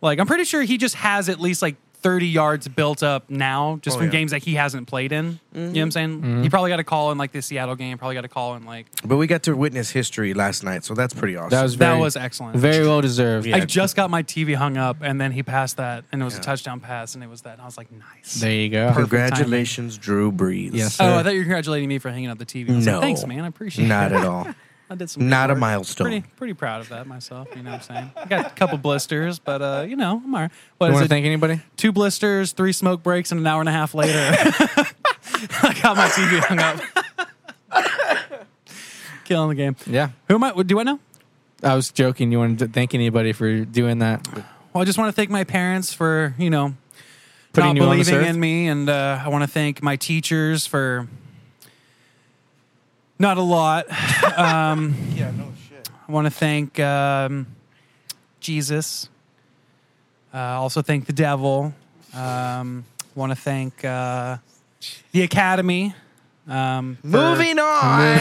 Like I'm pretty sure he just has at least like 30 yards built up now just Oh, from yeah. games that he hasn't played in. You know what I'm saying? He probably got a call in like the Seattle game, probably got a call in like But we got to witness history last night, so that's pretty awesome. that was That very- was excellent. Very well deserved. Yeah. I just got my TV hung up and then he passed that and it was Yeah. a touchdown pass and it was that and I was like nice. There you go. Perfect. Congratulations, Drew Brees. Yes. Oh, I thought you were congratulating me for hanging up the TV. I was like, No. Thanks, man. I appreciate Not it. at all. I did some Not good a work. milestone. Pretty, pretty proud of that myself. You know what I'm saying? I got a couple blisters, but uh, you know, I'm all right. What You is want it? to thank anybody? Two blisters, three smoke breaks, and an hour and a half later, I got my TV hung up. Killing the game. Yeah. Who am I? Do I know? I was joking. You wanted to thank anybody for doing that? Well, I just want to thank my parents for you know Putting not you on this believing earth? in me, and uh, I want to thank my teachers for not a lot. um, yeah, no shit. I want to thank um, Jesus. Uh, also thank the devil. Um, want to thank uh, the academy. Um, for- Moving on.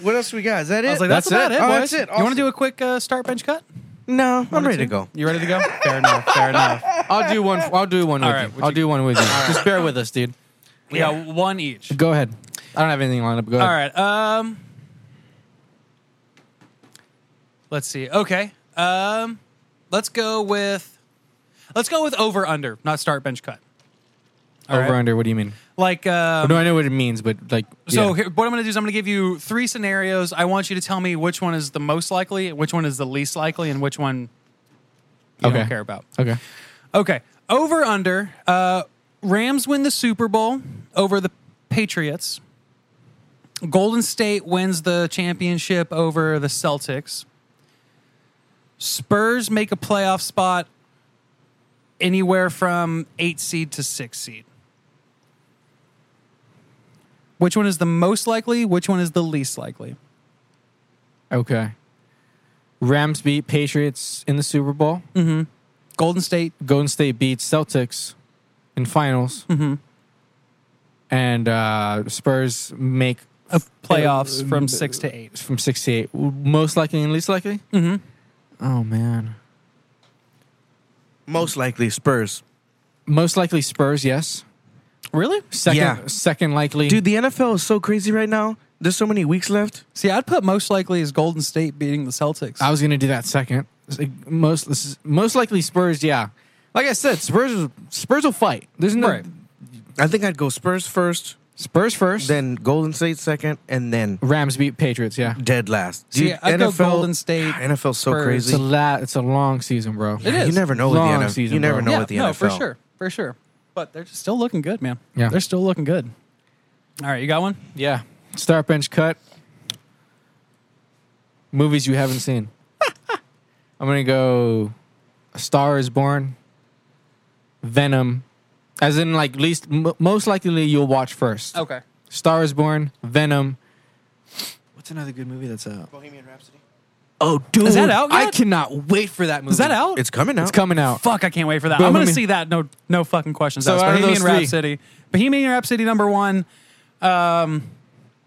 what else we got? Is that it? I was like, that's, That's about it. it. Oh, boys. that's it. You want Awesome. to do a quick uh, start bench cut? no, I'm One or ready to two? go. You ready to go? Fair enough. Fair enough. I'll do one. I'll do one with All right, you. would I'll you- do one with you. Just bear with us, dude. We got one each. Go ahead. I don't have anything lined up. Go ahead. All right. Um, let's see. Okay. Um, let's go with let's go with over under, not start bench cut. All Over right. under. What do you mean? Like um, no, I know what it means, but like. so yeah. here, what I'm going to do is I'm going to give you three scenarios. I want you to tell me which one is the most likely, which one is the least likely, and which one you Okay. don't care about. Okay. Okay. Over under. Uh, Rams win the Super Bowl over the Patriots. Golden State wins the championship over the Celtics. Spurs make a playoff spot anywhere from eight seed to six seed. Which one is the most likely? Which one is the least likely? Okay. Rams beat Patriots in the Super Bowl. Golden State. Golden State beats Celtics in finals. Mm-hmm. And uh, Spurs make Uh, playoffs from six to eight. from six to eight. Most likely and least likely. Mm-hmm. Oh man. Most likely Spurs. Most likely Spurs. Yes. Really? Second. Yeah. Second likely. Dude, the NFL is so crazy right now. There's so many weeks left. See, I'd put most likely as Golden State beating the Celtics. I was gonna do that second. Most this is- most likely Spurs. Yeah. Like I said, Spurs. Spurs will fight. There's no Right. I think I'd go Spurs first, Spurs first. then Golden State second, and then Rams beat Patriots. Yeah. dead last. See, I'd go Golden State, NFL's so Spurs. It's a crazy. la- It's a long season, bro. It is. You never know with the Long NFL. season, you never bro. know yeah, with the no, NFL. for sure, for sure. But they're just still looking good, man. Yeah. they're still looking good. All right, you got one. Yeah. Start bench cut. Movies you haven't seen. I'm gonna go A Star is Born, Venom. As in like least m- most likely you'll watch first. Okay. Star is Born, Venom. What's another good movie that's out? Bohemian Rhapsody. Oh dude. that out I yet? cannot wait for that movie. Is that out? It's coming out. It's coming out. Fuck, I can't wait for that. Bro, I'm gonna homie. see that. No, no fucking questions. So asked. out of Bohemian those three- Rhapsody, Bohemian Rhapsody number one.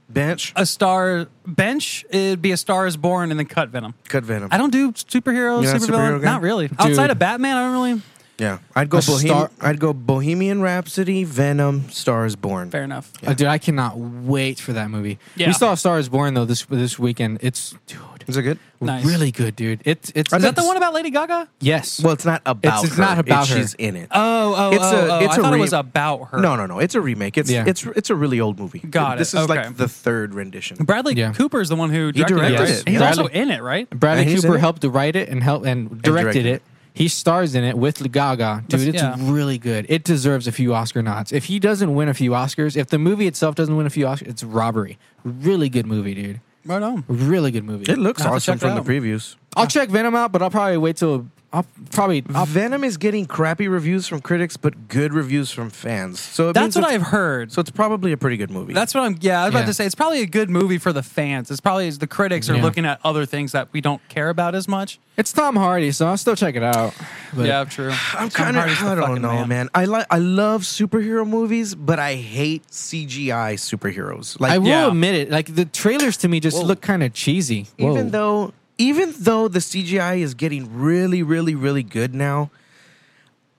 Bench. A star bench. It'd be a Star is Born, and then Cut Venom. Cut Venom. I don't do superheroes, You're not a superhero supervillain. guy? Not really. Outside Dude. of Batman, I don't really. yeah, I'd go. A Bohem- star- I'd go Bohemian Rhapsody, Venom, Stars Born. Fair enough. Uh, dude, I cannot wait for that movie. Yeah. We saw A Star is Born though this this weekend. It's dude, Is it good? Nice. really good, dude. It's it's Is that the one about Lady Gaga? Yes. Well, it's not about. it's not her, about her. She's in it. Oh, oh, It's oh, a- oh. it's I a thought re- it was about her. no, no, no. It's a remake. It's Yeah. it's it's a really old movie. Got it. This is Okay. like the third rendition. Bradley Yeah. Cooper is the one who directed, it. directed it. right? He's Yeah. also Bradley- in it, right? Bradley And he's in Cooper it? helped to write it and help and directed directed it. He stars in it with Gaga, dude. That's- it's yeah. really good. It deserves a few Oscar nods. If he doesn't win a few Oscars, if the movie itself doesn't win a few Oscars, it's robbery. Really good movie, dude. Right on. Really good movie. It looks I'll have to awesome check from it the out. previews. I'll check Venom out, but I'll probably wait till I'll probably. I'll, Venom is getting crappy reviews from critics, but good reviews from fans. So it means That's what it's- I've heard. So it's probably a pretty good movie. That's what I'm. Yeah, I was about Yeah. to say it's probably a good movie for the fans. It's probably the critics are Yeah. looking at other things that we don't care about as much. it's Tom Hardy, so I'll still check it out. But yeah, true. I'm kind of I don't know, man. I like I love superhero movies, but I hate CGI superheroes. Like I will Yeah. admit it. Like the trailers to me just look kind of cheesy. even though even though the CGI is getting really really really good now,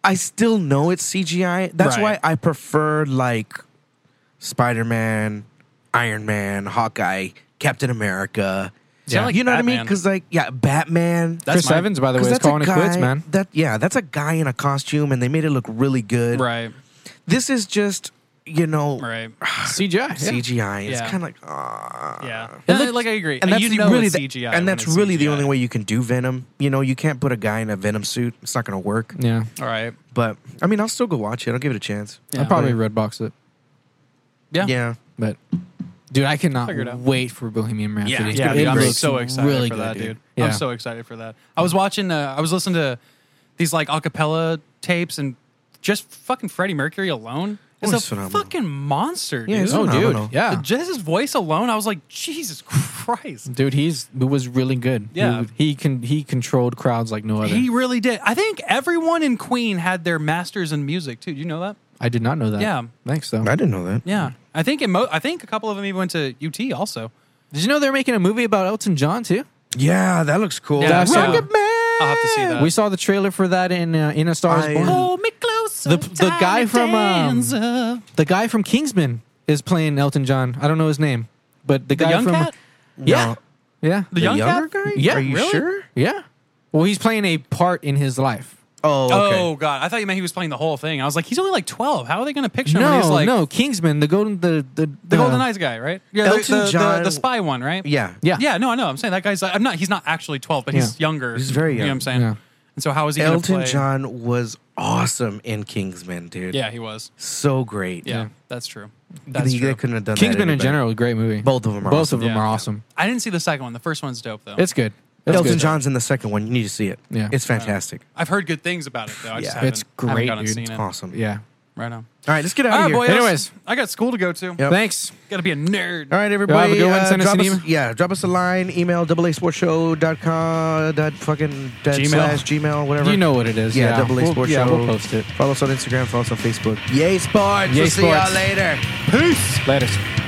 I still know it's CGI. That's Right. why I prefer like Spider-Man, Iron Man, Hawkeye, Captain America. Sound like you know what I mean? Batman. Cuz like yeah, Batman. That's Chris my- Evans, by the way, 'Cause is calling it a quits, guy- man. That yeah, that's a guy in a costume, and they made it look really good. Right, This is just you know right. CGI. yeah. CGI. It's Yeah. kind of like ah. Yeah, It No, looks- like I agree. And that's you know really it's the- CGI. and when that's it's really the CGI. only way you can do Venom. You know, you can't put a guy in a Venom suit. It's not going to work. Yeah. All right. But I mean, I'll still go watch it. I'll give it a chance. Yeah. I probably red box it, Yeah. Yeah. but dude, I Figure it out. cannot wait for Bohemian Rhapsody. Yeah, It's Yeah, gonna dude, be I'm great. so excited Really for good, that, dude. Yeah. I'm so excited for that. I was watching. Uh, I was listening to these like acapella tapes and just fucking Freddie Mercury alone is Oh, a it's phenomenal. fucking monster, dude. Yeah, it's oh, phenomenal. dude. Yeah. Just his voice alone, I was like, Jesus Christ. Dude, he's it was really good. Yeah. Dude, he can he controlled crowds like no other. He really did. I think everyone in Queen had their masters in music too. You know that? I did not know that. Yeah. thanks though. I didn't know that. Yeah. I think in mo- I think a couple of them even went to UT also. Did you know they're making a movie about Elton John too? Yeah, that looks cool. Yeah, That's Rocket it. I'll have to see that. we saw the trailer for that in uh, In a Star I- Is Born. Oh, me closer. The- the tiny guy from, um, The guy from Kingsman is playing Elton John. I don't know his name, but the, the guy young from cat, yeah, yeah, the, young younger cat guy? Yeah, Are you really? sure? yeah. Well, he's playing a part in his life. Oh, okay. Oh god, I thought you meant he was playing the whole thing. I was like, he's only like twelve. How are they going to picture him? when No, he's like no, Kingsman, the golden, the the, the uh, Golden Eyes guy, right? Yeah, the- Elton the, the- John- the spy one, right? Yeah. Yeah, yeah. No, I know. I'm saying that guy's. I'm not. He's not actually twelve, but he's Yeah. younger. He's very You know what young. I'm saying. Yeah. And so how is he? gonna Elton play? John was awesome in Kingsman, dude. Yeah, he was. So great. Yeah, Yeah. that's true. I That's think They true. couldn't have done that Kingsman any in better. general, is a great movie. Both of them are both awesome. of them Yeah. are awesome. I didn't see the second one. The first one's dope though. It's good. It's Elton good. John's in the second one. You need to see it. Yeah. It's fantastic. I've heard good things about it though. I just Yeah. haven't, It's haven't great, gone and dude. seen It's it. Awesome. Yeah. Right on. All right, let's get out All of right, here. boys. Anyways. I got school to go to. Yep. Thanks. Gotta be a nerd. All Yo, right, have everybody. uh, a good one. Send us drop an email. Yeah, drop us a line. Email double dot uh, fucking dot Gmail. slash gmail whatever. You know what it is. Yeah, double A We'll- Sports yeah, Show. we'll post it. Follow us on Instagram. Follow us on Facebook. Yay sports. Yay we'll see y'all sports. later. Later.